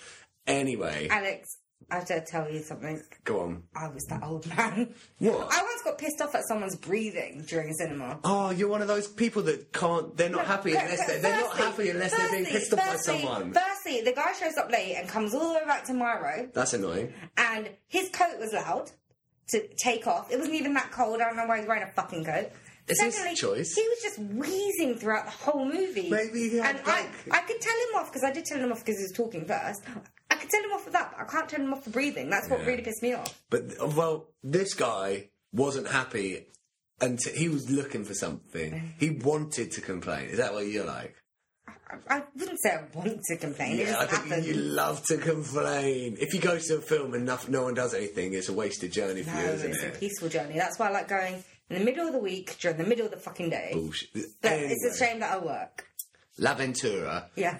B: Anyway,
A: Alex, I have to tell you something.
B: go on.
A: I was that old man.
B: What?
A: I once got pissed off at someone's breathing during cinema.
B: Oh, you're one of those people that can't. They're not happy unless they're, they're not
A: Firstly-
B: happy unless they're being
A: firstly-
B: pissed off by
A: firstly-
B: someone.
A: Firstly, the guy shows up late and comes all the way back to my row,
B: That's annoying.
A: and his coat was loud to take off. It wasn't even that cold. I don't know why he's wearing a fucking coat.
B: Is this
A: Secondly,
B: choice?
A: he was just wheezing throughout the whole movie.
B: Maybe he had
A: and I,
B: like-
A: I could tell him off because I did tell him off because he was talking first. I could tell him off for that, but I can't tell him off for breathing. That's what
B: Yeah.
A: really pissed me off.
B: But uh, well, this guy wasn't happy until he was looking for something. He wanted to complain. Is that what you're like?
A: I, I wouldn't say I want to complain. it
B: Yeah,
A: just
B: I think
A: happened.
B: you love to complain. If you go to a film and no, no one does anything, it's a wasted journey for
A: No,
B: you,
A: it's
B: isn't
A: a
B: it?
A: peaceful journey. That's why I like going in the middle of the week during the middle of the fucking day.
B: Bullshit.
A: But
B: Anyway,
A: it's a shame that I work.
B: La Ventura.
A: Yeah.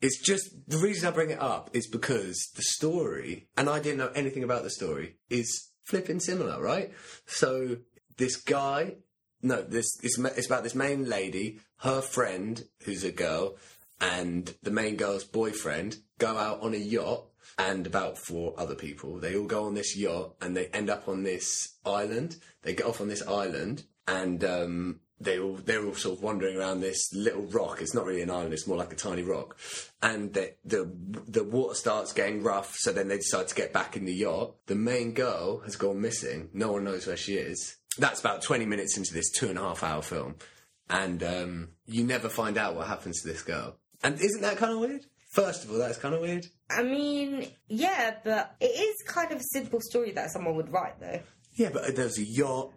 B: It's just the reason I bring it up is because the story, and I didn't know anything about the story, is flipping similar, right? So this guy, no, this it's, ma- it's about this main lady, her friend who's a girl, and the main girl's boyfriend go out on a yacht, and about four other people. They all go on this yacht, and they end up on this island. They get off on this island, and um, they all they're all sort of wandering around this little rock. It's not really an island; it's more like a tiny rock. And the the the water starts getting rough, so then they decide to get back in the yacht. The main girl has gone missing. No one knows where she is. That's about twenty minutes into this two and a half hour film, and um, you never find out what happens to this girl. And isn't that kind of weird? First of all, that's kind of weird.
A: I mean, yeah, but it is kind of a simple story that someone would write, though.
B: Yeah, but there's a yacht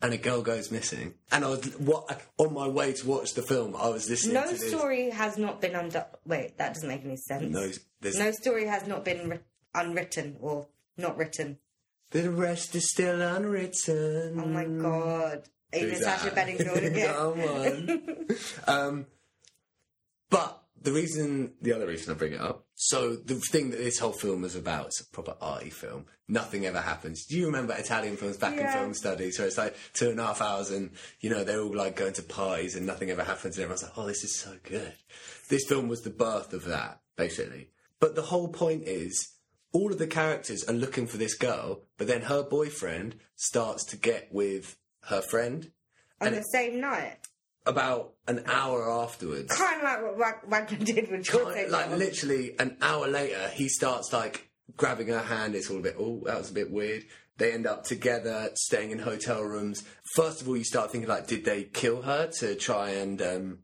B: and a girl goes missing. And I was what on my way to watch the film, I was listening
A: No
B: to this.
A: story has not been undone. Wait, that doesn't make any sense.
B: No, there's,
A: No story has not been writ unwritten or not written.
B: the rest is still unwritten.
A: Oh my god. Even Sasha Bedingfield again.
B: Come on. um, but the reason, the other reason I bring it up, so the thing that this whole film is about, it's a proper arty film. Nothing ever happens. Do you remember Italian films back in
A: Yeah.
B: film studies where it's like two and a half hours and, you know, they're all like going to parties and nothing ever happens and everyone's like, oh, this is so good. This film was the birth of that, basically. But the whole point is, all of the characters are looking for this girl, but then her boyfriend starts to get with her friend
A: On
B: And
A: the
B: it-
A: same night.
B: about an hour afterwards.
A: Kind of like what Wag- Wagner did with George.
B: like literally an hour later, he starts like grabbing her hand. It's all a bit, oh, that was a bit weird. They end up together, staying in hotel rooms. First of all, you start thinking like, did they kill her to try and um,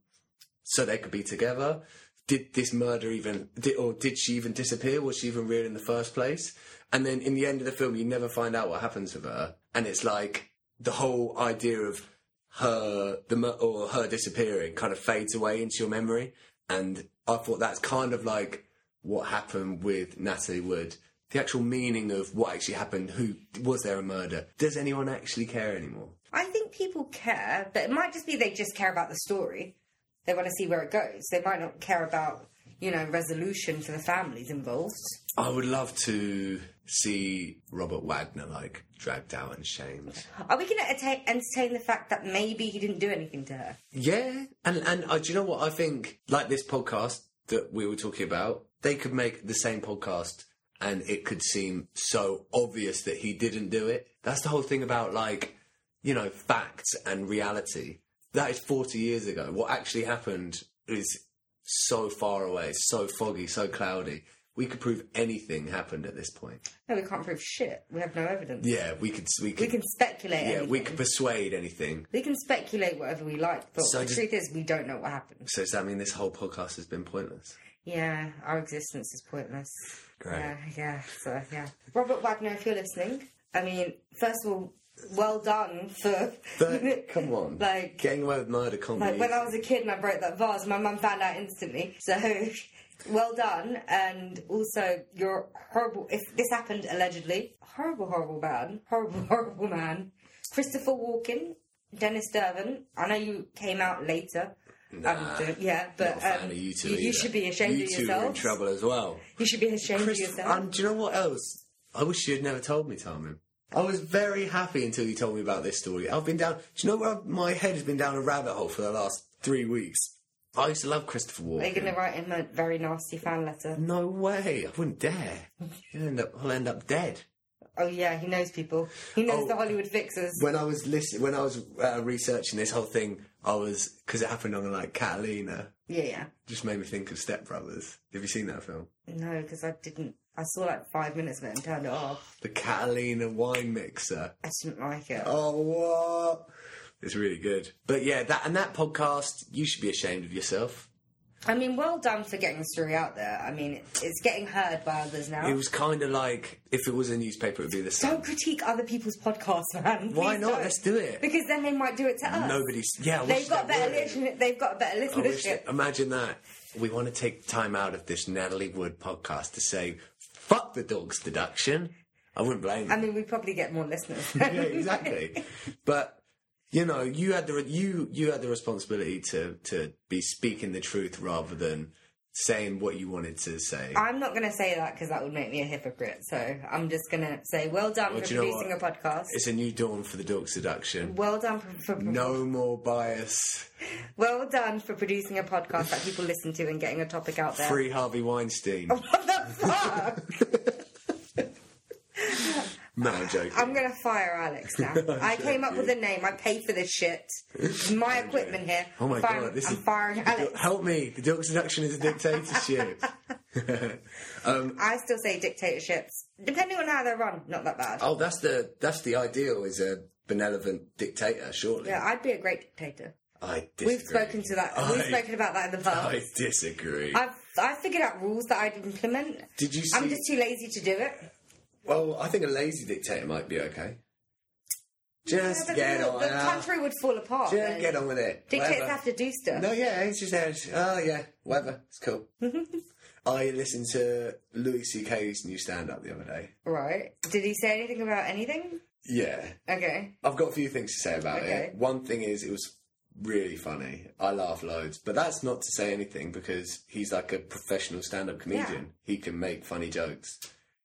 B: so they could be together? Did this murder even, did, or did she even disappear? Was she even real in the first place? And then in the end of the film, you never find out what happens with her, and it's like the whole idea of her the mur- or her disappearing kind of fades away into your memory. And I thought that's kind of like what happened with Natalie Wood. The actual meaning of what actually happened, who was there a murder? Does anyone actually care anymore?
A: I think people care, but it might just be they just care about the story. They want to see where it goes. They might not care about, you know, resolution for the families involved.
B: I would love to see Robert Wagner like dragged out and shamed.
A: Are we going to atta- entertain the fact that maybe he didn't do anything to her?
B: Yeah, and and uh, do you know what I think? Like this podcast that we were talking about, they could make the same podcast, and it could seem so obvious that he didn't do it. That's the whole thing about like, you know, facts and reality. That is forty years ago. What actually happened is so far away, so foggy, so cloudy. We could prove anything happened at this point.
A: No, we can't prove shit. We have no evidence.
B: Yeah, we could. We could.
A: We can speculate.
B: yeah, we
A: anything.
B: could persuade anything.
A: We can speculate whatever we like, but
B: So
A: the
B: just-
A: truth is, we don't know what happened.
B: So does that mean this whole podcast has been pointless?
A: Yeah, our existence is pointless.
B: Great.
A: Yeah, yeah, so yeah. Robert Wagner, if you're listening, I mean, first of all, well done for.
B: But come on,
A: Like-
B: getting away with murder comedy.
A: like when I was a kid and I broke that vase, my mum found out instantly. So well done, and also you're horrible. If this happened allegedly, horrible, horrible man, horrible, horrible man. Christopher Walken, Dennis Durban. I know you came out later.
B: Nah,
A: um, yeah, but
B: Not a fan
A: um,
B: of you two.
A: you, you
B: either.
A: should be ashamed
B: you
A: of
B: two Are in
A: yourself.
B: trouble as well.
A: You should be ashamed
B: Chris,
A: of yourself.
B: and do you know what else? I wish you had never told me, Tarmin. I was very happy until you told me about this story. I've been down. Do you know where I've- my head has been down a rabbit hole for the last three weeks? I used to love Christopher Walken.
A: Are you going to write him a very nasty fan letter?
B: no way, I wouldn't dare. You'll end up, I'll end up dead.
A: Oh yeah, he knows people. He knows
B: Oh.
A: the Hollywood fixers.
B: when I was listening, when I was uh, researching this whole thing, I was because it happened on like Catalina.
A: Yeah, yeah.
B: Just made me think of Step Brothers. Have you seen that film?
A: No, because I didn't. I saw like five minutes of it and turned it off.
B: The Catalina wine mixer.
A: I didn't like it.
B: Oh what? It's really good. But yeah, that and that podcast, you should be ashamed of yourself.
A: I mean, well done for getting the story out there. I mean, it's getting heard by others now.
B: It was kind of like if it was a newspaper, it would be the same.
A: Don't critique other people's podcasts, man.
B: Why
A: Please
B: not?
A: don't.
B: Let's do it.
A: Because then they might do it to us.
B: Nobody's. Yeah, I wish
A: They've got
B: that
A: better.
B: were.
A: Listen- they've got better
B: I wish that-
A: listenership.
B: imagine that. We want to take time out of this Natalie Wood podcast to say, "Fuck the dogs deduction." I wouldn't blame.
A: I
B: them.
A: mean, we probably get more listeners.
B: yeah, exactly. but you know, you had the re- you you had the responsibility to to be speaking the truth rather than saying what you wanted to say.
A: I'm not going to say that because that would make me a hypocrite. So I'm just going to say, well done
B: Well,
A: for
B: do you know
A: producing a
B: what?
A: podcast.
B: it's a new dawn for the dogs deduction.
A: well done for, for
B: No more bias.
A: well done for producing a podcast that people listen to and getting a topic out there.
B: Free Harvey Weinstein.
A: What the fuck?
B: No, I'm joking.
A: I'm gonna fire Alex now. I came up with a name. I pay for this shit. It's My equipment here.
B: Oh my
A: I'm firing,
B: god, this
A: I'm
B: is
A: firing Alex.
B: Help me! The dogs deduction is a dictatorship.
A: I still say dictatorships, depending on how they're run. Not that bad.
B: oh, that's the that's the ideal is a benevolent dictator. Surely,
A: Yeah, I'd be a great dictator.
B: I disagree.
A: We've spoken to that. We've
B: I-
A: spoken about that in the past.
B: I disagree.
A: I've I figured out rules that I'd implement.
B: Did you
A: I'm
B: see-
A: just too lazy to do it.
B: Well, I think a lazy dictator might be okay. Just
A: Yeah, but
B: get
A: the,
B: on.
A: The
B: ah,
A: country would fall apart.
B: Just
A: then.
B: get on with it.
A: Dictators
B: Whatever.
A: have to do stuff.
B: No, yeah, it's just edge. Oh, yeah, whatever. It's cool. I listened to Louis C.K.'s new stand-up the other day.
A: Right? Did he say anything about anything?
B: Yeah,
A: Okay.
B: I've got a few things to say about
A: Okay.
B: it. One thing is, it was really funny. I laugh loads, but that's not to say anything because he's like a professional stand-up comedian. He can make funny jokes.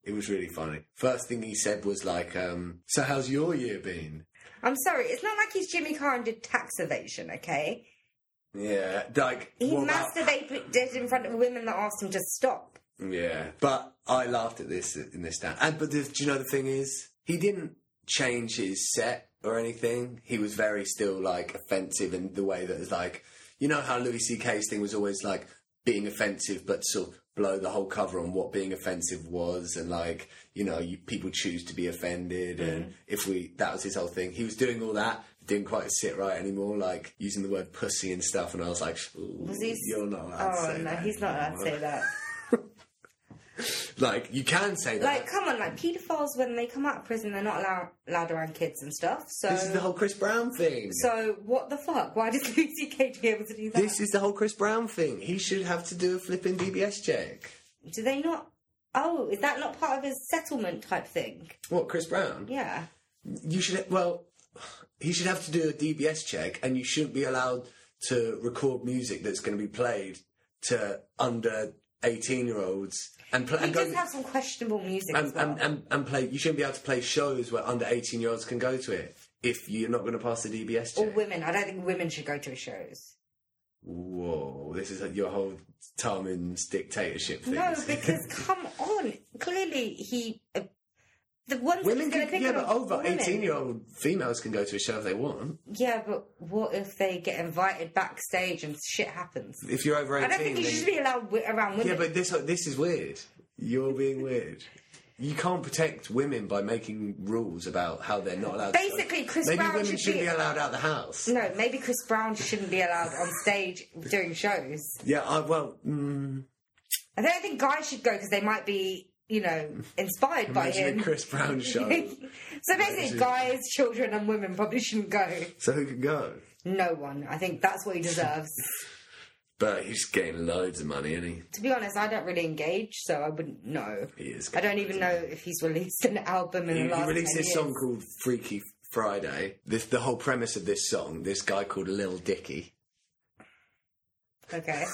B: It was really funny. First thing he said was like, um, "So how's your year been?"
A: I'm sorry. It's not like he's Jimmy Carr and did tax evasion. Okay.
B: Yeah, like
A: He
B: what about-
A: masturbated in front of women that asked him to stop.
B: Yeah, but I laughed at this in this stand. And but the, do you know the thing is, he didn't change his set or anything. He was very still like offensive in the way that is like, you know how Louis C.K.'s thing was always like being offensive, but sort of blow the whole cover on what being offensive was, and like you know, you people choose to be offended,
A: Mm-hmm.
B: and if we that was his whole thing. He was doing all that. Didn't quite sit right anymore, like using the word pussy and stuff, and I was like, "Ooh,
A: Was he?
B: "You're not allowed to
A: Oh
B: say
A: no,
B: that
A: he's not allowed to
B: anymore."
A: say that.
B: Like you can say that.
A: Like, come on, like pedophiles when they come out of prison, they're not allowed, allowed around kids and stuff. So,
B: This is the whole Chris Brown thing.
A: so what the fuck? Why does Lucy Cage be able to do that?
B: this is the whole Chris Brown thing. He should have to do a flipping DBS check.
A: Do they not? Oh, is that not part of his settlement type thing?
B: What, Chris Brown?
A: Yeah.
B: You should, well, he should have to do a DBS check and you shouldn't be allowed to record music that's going to be played to under 18 year olds and play.
A: He
B: And, go-
A: does have some questionable music as
B: and,
A: well.
B: and, and, and play. You shouldn't be able to play shows where under 18 year olds can go to it if you're not going to pass the DBS
A: or
B: check.
A: women. I don't think women should go to his shows.
B: Whoa, this is like your whole Tarmin's dictatorship thing.
A: No, because come on. Clearly, he. Uh, the ones
B: Women
A: going to
B: can,
A: pick
B: yeah,
A: on
B: but
A: are
B: over
A: women.
B: eighteen-year-old females can go to a show if they want.
A: Yeah, but what if they get invited backstage and shit happens?
B: If you're over
A: I
B: eighteen,
A: don't think you
B: then-
A: should be allowed wi- around women.
B: yeah, but this uh, this is weird. You're being weird. You can't protect women by making rules about how they're not allowed. to
A: Basically,
B: go.
A: Chris
B: maybe
A: Brown
B: women
A: should
B: shouldn't
A: be- Mm.
B: be allowed out of the house.
A: no, maybe Chris Brown shouldn't be allowed on stage doing shows.
B: Yeah, I, well, mm,
A: I don't think guys should go because they might be, you know, inspired by
B: imagine
A: him.
B: a Chris Brown show.
A: so basically, guys, children, and women probably shouldn't go.
B: so who can go?
A: No one. I think that's what he deserves.
B: But he's getting loads of money, isn't
A: to be honest, I don't really engage, so I wouldn't know.
B: he? He is.
A: I don't even know if he's released an album in
B: He,
A: the last
B: he released
A: 10
B: this
A: years.
B: song called Freaky Friday. This, the whole premise of this song, this guy called Lil Dicky.
A: Okay.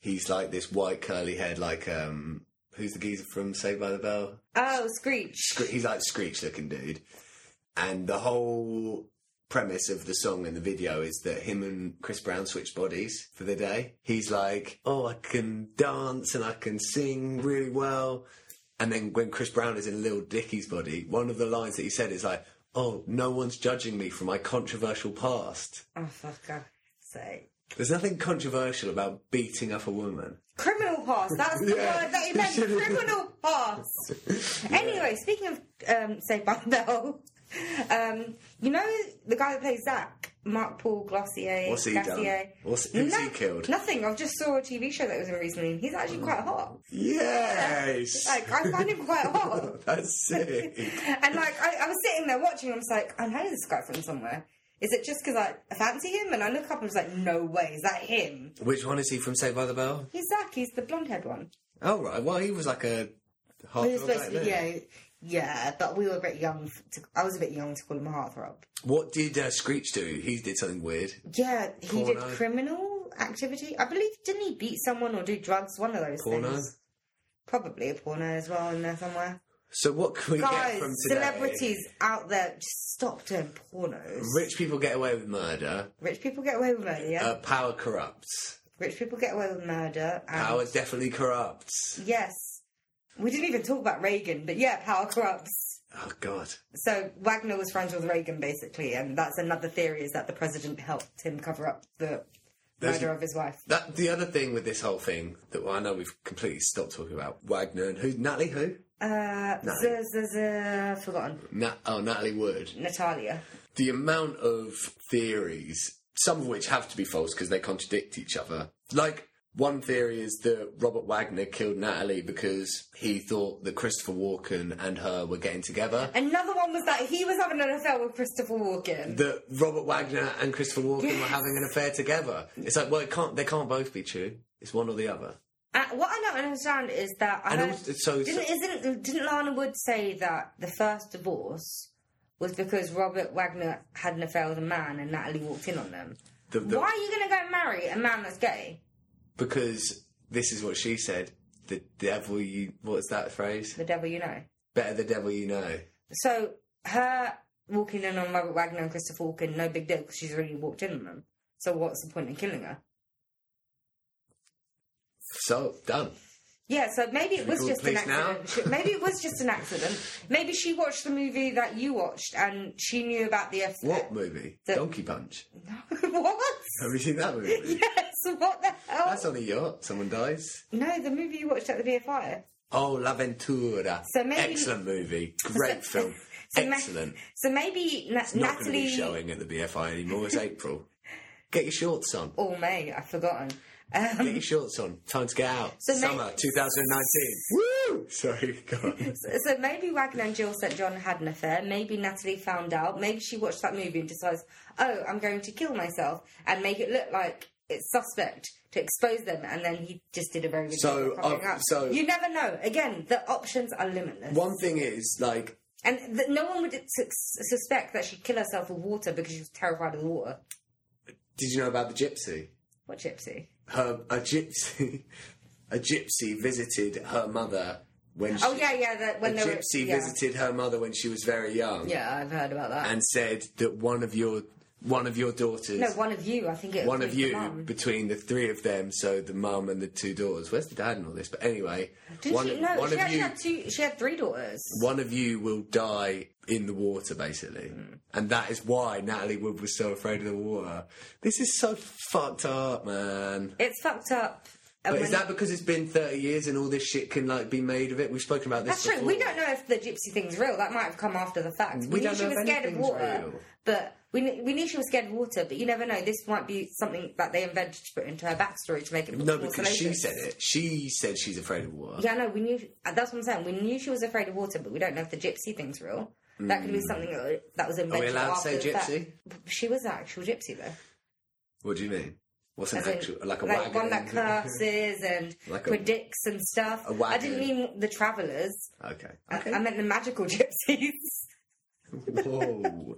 B: He's like this white curly head, like um, who's the geezer from Saved by the Bell?
A: Oh, Screech.
B: Scre- He's like Screech looking dude, and the whole premise of the song and the video is that him and Chris Brown switch bodies for the day. He's like, oh, I can dance and I can sing really well, and then when Chris Brown is in Lil Dicky's body, one of the lines that he said is like, oh, no one's judging me for my controversial past.
A: Oh, fuck. God's sake.
B: There's nothing controversial about beating up a woman.
A: Criminal past. That's the
B: Yeah.
A: word that he meant. Criminal past. Anyway, speaking of um, Saved by the Bell, Um, you know the guy that plays Zach, Mark Paul Glossier.
B: What's he done?
A: Gassier?
B: What's- who's he killed?
A: Nothing. I just saw a TV show that was on recently. and He's actually quite hot.
B: Yes.
A: Like I find him quite hot.
B: That's sick.
A: And like I, I was sitting there watching, I was like, I know this guy from somewhere. Is it just because I fancy him? And I look up and was like, no way, is that him?
B: Which one is he from Saved by the Bell?
A: He's Zach. He's the blonde haired one.
B: Oh right, well he was like a heartthrob.
A: We were supposed
B: back
A: to be,
B: then.
A: yeah, yeah, but we were a bit young. f- To, I was a bit young to call him a heartthrob.
B: What did uh, Screech do? He did something weird.
A: Yeah, he did
B: Porno.
A: criminal activity. I believe didn't he beat someone or do drugs? One of those
B: Porno?
A: things. Probably a porno as well in there somewhere.
B: So what can we get
A: Guys,
B: from today?
A: celebrities out there, just stop doing pornos.
B: Rich people get away with murder.
A: Rich people get away with murder. Yeah?
B: Uh, power corrupts.
A: Rich people get away with murder. And
B: Power definitely corrupts.
A: Yes. We didn't even talk about Reagan, but yeah, power corrupts.
B: Oh God.
A: So Wagner was friends with Reagan, basically, and that's another theory is that the president helped him cover up the
B: There's-
A: murder of his wife.
B: That the other thing with this whole thing that well, I know we've completely stopped talking about Wagner and who Natalie who
A: Uh, z- z- z- forgotten.
B: Nat oh Natalie Wood.
A: Natalia.
B: the amount of theories, some of which have to be false because they contradict each other. Like, one theory is that Robert Wagner killed Natalie because he thought that Christopher Walken and her were getting together.
A: Another one was that he was having an affair with Christopher Walken.
B: That Robert Wagner and Christopher Walken were having an affair together. It's like, well, it can't, they can't both be true. It's one or the other.
A: Uh, what I don't understand is that I
B: And
A: heard-
B: also, so, so
A: didn't isn't didn't Lana Wood say that the first divorce was because Robert Wagner had an affair with a man and Natalie walked in on them?
B: the, the,
A: Why are you going to go and marry a man that's gay?
B: because this is what she said. The devil you, what's that phrase?
A: The devil you know.
B: Better the devil you know.
A: So her walking in on Robert Wagner and Christopher Walken, no big deal because she's already walked in on them. So what's the point in killing her?
B: So, done.
A: Yeah, so maybe it
B: we
A: was
B: call the
A: just an
B: police now?
A: accident. She- Maybe it was just an accident. Maybe she watched the movie that you watched and she knew about the F.
B: What movie?
A: The-
B: Donkey Punch.
A: what?
B: Have you seen that movie?
A: Yes, what the hell?
B: That's on a yacht. Someone dies.
A: No, the movie you watched at the BFI.
B: Oh, La Ventura.
A: So maybe-
B: Excellent movie. Great film.
A: So ma-
B: Excellent.
A: so maybe Na-
B: Not going to be
A: Natalie
B: showing at the BFI anymore. It's April. Get your shorts on.
A: or May, I've forgotten. Um,
B: Get your shorts on. Time to get out.
A: So may-
B: Summer 2019. Woo! Sorry, go on.
A: So- So maybe Wagner and Jill St. John had an affair. Maybe Natalie found out. Maybe she watched that movie and decides, oh, I'm going to kill myself and make it look like it's suspect to expose them. And then he just did a very good
B: So,
A: job. of covering
B: uh,
A: up.
B: so-
A: you never know. Again, the options are limitless.
B: One thing is, like,
A: And th- no one would su- suspect that she'd kill herself with water because she was terrified of the water.
B: did you know about the gypsy?
A: What gypsy?
B: Her, a gypsy, a gypsy visited her mother when she,
A: Oh yeah, yeah. That when
B: a
A: they were-
B: gypsy
A: yeah.
B: visited her mother when she was very young.
A: Yeah, I've heard about that.
B: and said that one of your one of your daughters,
A: no, one of you. I think it. was
B: one of
A: the
B: you,
A: mum.
B: between the three of them, so the mum and the two daughters. Where's the dad in all this? But anyway,
A: Didn't
B: one,
A: she? No,
B: one
A: she
B: of
A: actually
B: you,
A: had two. She had three daughters.
B: one of you will die in the water, basically,
A: Hmm.
B: and that is why Natalie Wood was so afraid of the water. This is so fucked up, man.
A: It's fucked up. And
B: But
A: when-
B: is that because it's been thirty years and all this shit can like be made of it? We've spoken about this.
A: that's true.
B: before.
A: We don't know if the gypsy thing's real. That might have come after the fact. We,
B: Mm, We
A: knew
B: don't
A: she
B: know
A: was
B: if
A: scared of
B: anything's
A: water,
B: real.
A: but we kn- we knew she was scared of water. But you never know. This might be something that they invented to put into her backstory to make it.
B: No,
A: more
B: because she
A: salacious.
B: said it. She said she's afraid of water.
A: Yeah, no, we knew. That's what I'm saying. We knew she was afraid of water, but we don't know if the gypsy thing's real. That could be something that, that was invented.
B: Mm. allowed to
A: after
B: say
A: the fact.
B: gypsy?
A: She was an actual gypsy though.
B: What do you mean? What's an
A: As in,
B: actual like a wagon?
A: one that curses and
B: Like a-
A: predicts and stuff.
B: a wagon.
A: I didn't mean the travellers.
B: Okay.
A: I- I meant the magical gypsies.
B: Whoa.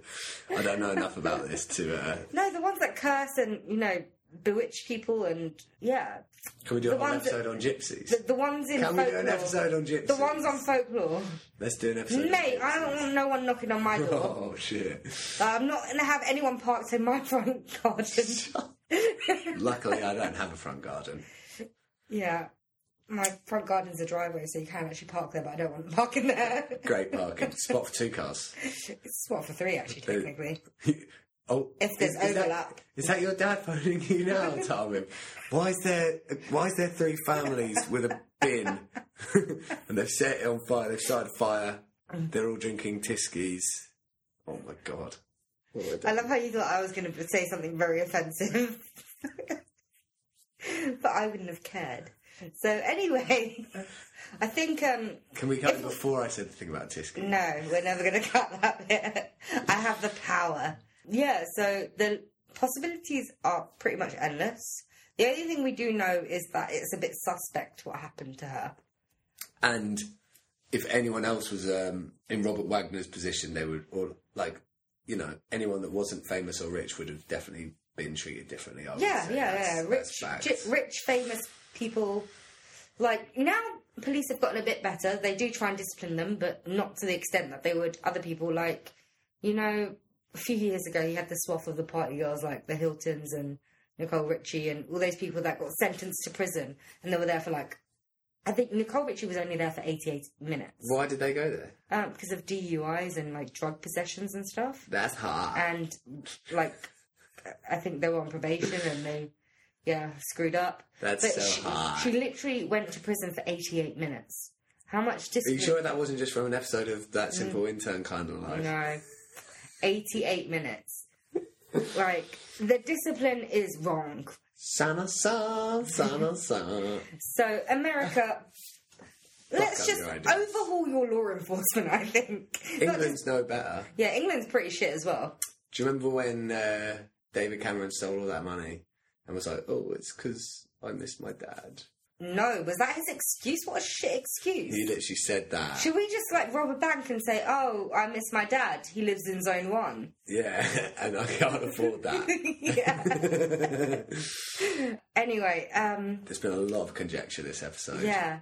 B: I don't know enough about this to. Uh,
A: no, the ones that curse and you know bewitch people and yeah,
B: can we do
A: The
B: a whole
A: ones that-
B: episode on gypsies?
A: the, the ones in
B: Can we
A: folklore.
B: do an episode on gypsies?
A: the ones on folklore.
B: Let's do an episode.
A: Mate,
B: on
A: I don't want no one knocking on my
B: gypsies.
A: door. Uh,
B: Oh shit!
A: I'm not going to have anyone parked in my front garden.
B: Luckily, I don't have a front garden.
A: yeah. My front garden's a driveway, so you can actually park there, but I don't want to park in there.
B: Great parking spot for two cars.
A: it's spot for three, actually, technically.
B: Oh,
A: If there's
B: is- is that-
A: overlap.
B: is that your dad phoning you now, Tarvin? Why is there why is there three families with a bin and they've set it on fire? They've started a fire. They're all drinking tiskies. Oh my god. What have
A: I
B: done?
A: love how you thought I was going to say something very offensive, but I wouldn't have cared. So anyway, I think um,
B: Can we cut it before I said the thing about Tisky?
A: no, we're never going to cut that bit. I have the power. Yeah, so the possibilities are pretty much endless. The only thing we do know is that it's a bit suspect what happened to her.
B: And if anyone else was um, in Robert Wagner's position, they would, or like, you know, anyone that wasn't famous or rich would have definitely been treated differently. I would
A: Yeah,
B: say.
A: yeah,
B: That's-
A: yeah.
B: that's
A: Rich,
B: fact.
A: j- rich, famous people. Like now, police have gotten a bit better. They do try and discipline them, but not to the extent that they would other people. Like you know, a few years ago, you had the swath of the party girls, like the Hiltons and Nicole Richie, and all those people that got sentenced to prison, and they were there for like. I think Nicole Richie was only there for 88 minutes
B: Why did they go there?
A: um, because of DUIs and like drug possessions and stuff
B: That's hard.
A: and like I think they were on probation and they yeah screwed up.
B: That's so
A: she,
B: hard.
A: she literally went to prison for 88 minutes. How much
B: Are you
A: discipline?
B: sure that wasn't just from an episode of That Simple Intern kind of life?
A: No, 88 minutes. like the discipline is wrong.
B: Sana san, sana san.
A: So America. Let's
B: up
A: just
B: your ideas.
A: overhaul your law enforcement. I think. Not just-
B: England's no better.
A: yeah, England's pretty shit as well.
B: Do you remember when uh, David Cameron stole all that money and was like, "Oh, it's because I miss my dad"?
A: No, was that his excuse? What a shit excuse!
B: He literally said that.
A: Should we just like rob a bank and say, "Oh, I miss my dad. He lives in Zone One."
B: Yeah, and I can't afford that.
A: yeah. Anyway, um,
B: There's been a lot of conjecture this episode.
A: yeah,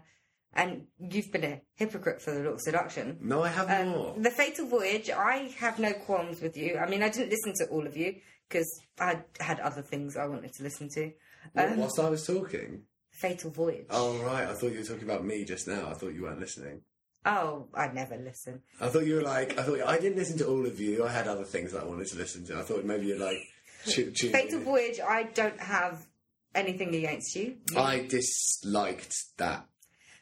A: and you've been a hypocrite for the little seduction.
B: No, I have
A: Um,
B: more.
A: The Fatal Voyage. I have no qualms with you. I mean, I didn't listen to all of you because I had other things I wanted to listen to. Um,
B: Wh- Whilst I was talking.
A: Fatal Voyage.
B: Oh right, I thought you were talking about me just now. I thought you weren't listening.
A: Oh, I never listen.
B: I thought you were like, I thought I didn't listen to all of you. I had other things that I wanted to listen to. I thought maybe you're like, tu- tuning
A: Fatal
B: in.
A: Voyage. I don't have anything against you.
B: I disliked that.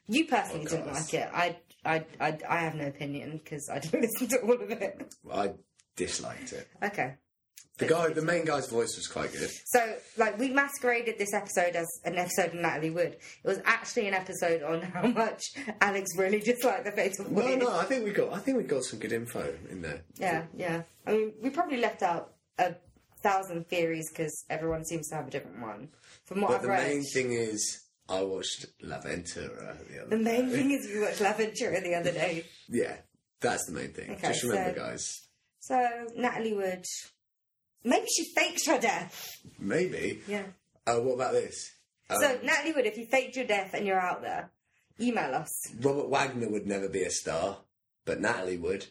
A: You personally didn't like
B: Podcast.
A: it. I, I, I, I have no opinion because I didn't listen to all of it.
B: I disliked it.
A: Okay.
B: The guy, the main guy's voice was quite good.
A: So, like, we masqueraded this episode as an episode of Natalie Wood. It was actually an episode on how much Alex really disliked the Fatal
B: No,
A: Voyage.
B: no, I think we got, I think we got some good info in there.
A: Yeah, yeah. I mean, we probably left out a thousand theories because everyone seems to have a different one. From what
B: But
A: I've
B: the
A: read,
B: main thing is, I watched La Ventura the other
A: the main
B: day.
A: thing is we watched La Ventura the other day.
B: Yeah, that's the main thing.
A: Okay,
B: Just remember,
A: so-
B: guys.
A: So, Natalie Wood, maybe she faked her death.
B: Maybe.
A: Yeah.
B: Uh, what about this? Um,
A: So, Natalie Wood, if you faked your death and you're out there, email us.
B: Robert Wagner would never be a star, but Natalie would.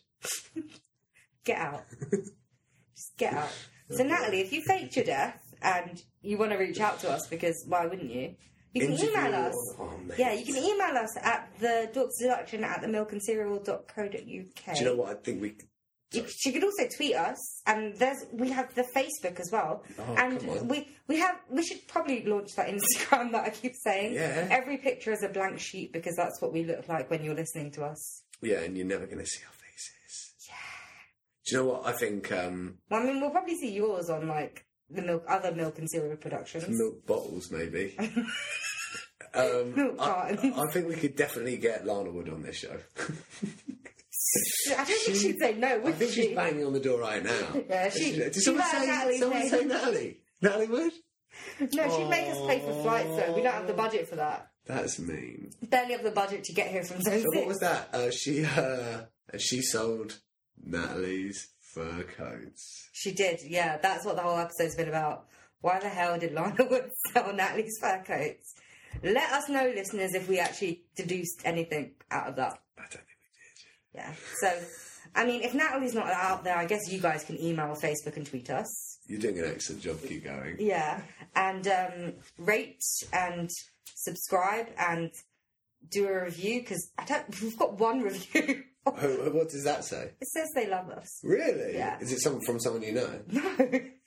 A: Get out. Just get out. So, Natalie, if you faked your death and you want to reach out to us, because why wouldn't you? You can
B: Interview
A: email
B: or-
A: us.
B: Oh, mate.
A: Yeah, you can email us at the dork seduction at the milk and cereal.co.uk.
B: Do you know what? I think we.
A: You, she could also tweet us, and there's we have the Facebook as well,
B: Oh,
A: and
B: come on.
A: we we have we should probably launch that Instagram that I keep saying.
B: Yeah.
A: Every picture is a blank sheet because that's what we look like when you're listening to us.
B: Yeah, and you're never going to see our faces. Yeah. Do you know what? I think um,
A: Well, I mean, we'll probably see yours on like the milk, other milk and cereal productions.
B: milk bottles, maybe. um,
A: Milk
B: I,
A: cartons.
B: I think we could definitely get Lana Wood on this show.
A: I don't think she'd say no,
B: I
A: would
B: think
A: she?
B: she's banging on the door right now.
A: Yeah, she-
B: Did
A: she
B: someone,
A: might
B: say,
A: have Natalie
B: someone
A: saying-
B: say Natalie? Natalie Wood?
A: no, she'd make us pay for flights though. We don't
B: Oh.
A: have the budget for that.
B: That's mean.
A: Barely have the budget to get here from Zone
B: So what
A: Six.
B: was that? Uh, she uh, she sold Natalie's fur coats.
A: She did, yeah. That's what the whole episode's been about. Why the hell did Lana Wood sell Natalie's fur coats? Let us know, listeners, if we actually deduced anything out of that.
B: I don't think we
A: Yeah. So, I mean, if Natalie's not out there, I guess you guys can email, Facebook, and tweet us.
B: did. You're doing an excellent job. Keep going.
A: Yeah. And um, rate and subscribe and do a review because I don't. We've got one review. it
B: Oh, what does that say?
A: says they love us.
B: Really?
A: Yeah.
B: Is it someone from someone you know?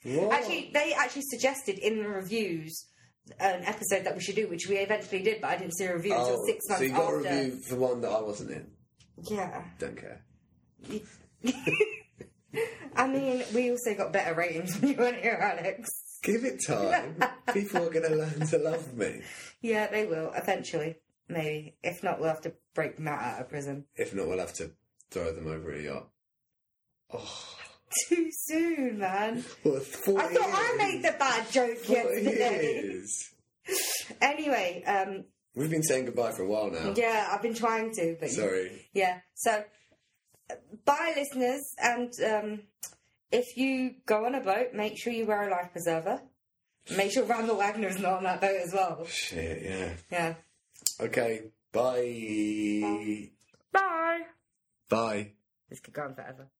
B: What?
A: Actually, they actually suggested in the reviews an episode that we should do, which we eventually did, but I didn't see a review
B: Oh,
A: until six months
B: so you got
A: after.
B: a review for one that I wasn't in.
A: Yeah.
B: Don't care.
A: I mean, we also got better ratings when you weren't here, Alex.
B: Give it time. People are going to learn to love me.
A: Yeah, they will eventually. Maybe. If not, we'll have to break Matt out of prison.
B: If not, we'll have to throw them over a yacht. Oh,
A: Too soon, man.
B: well, 40
A: I thought I made the bad joke yesterday.
B: years.
A: Anyway, um,
B: We've been saying goodbye for a while now.
A: yeah, I've been trying to, but
B: Sorry.
A: yeah. So, uh, bye, listeners, and um, if you go on a boat, make sure you wear a life preserver. Make sure Randall Wagner is not on that boat as well.
B: Shit, yeah.
A: Yeah.
B: Okay, bye.
A: Bye.
B: Bye.
A: This could go on forever.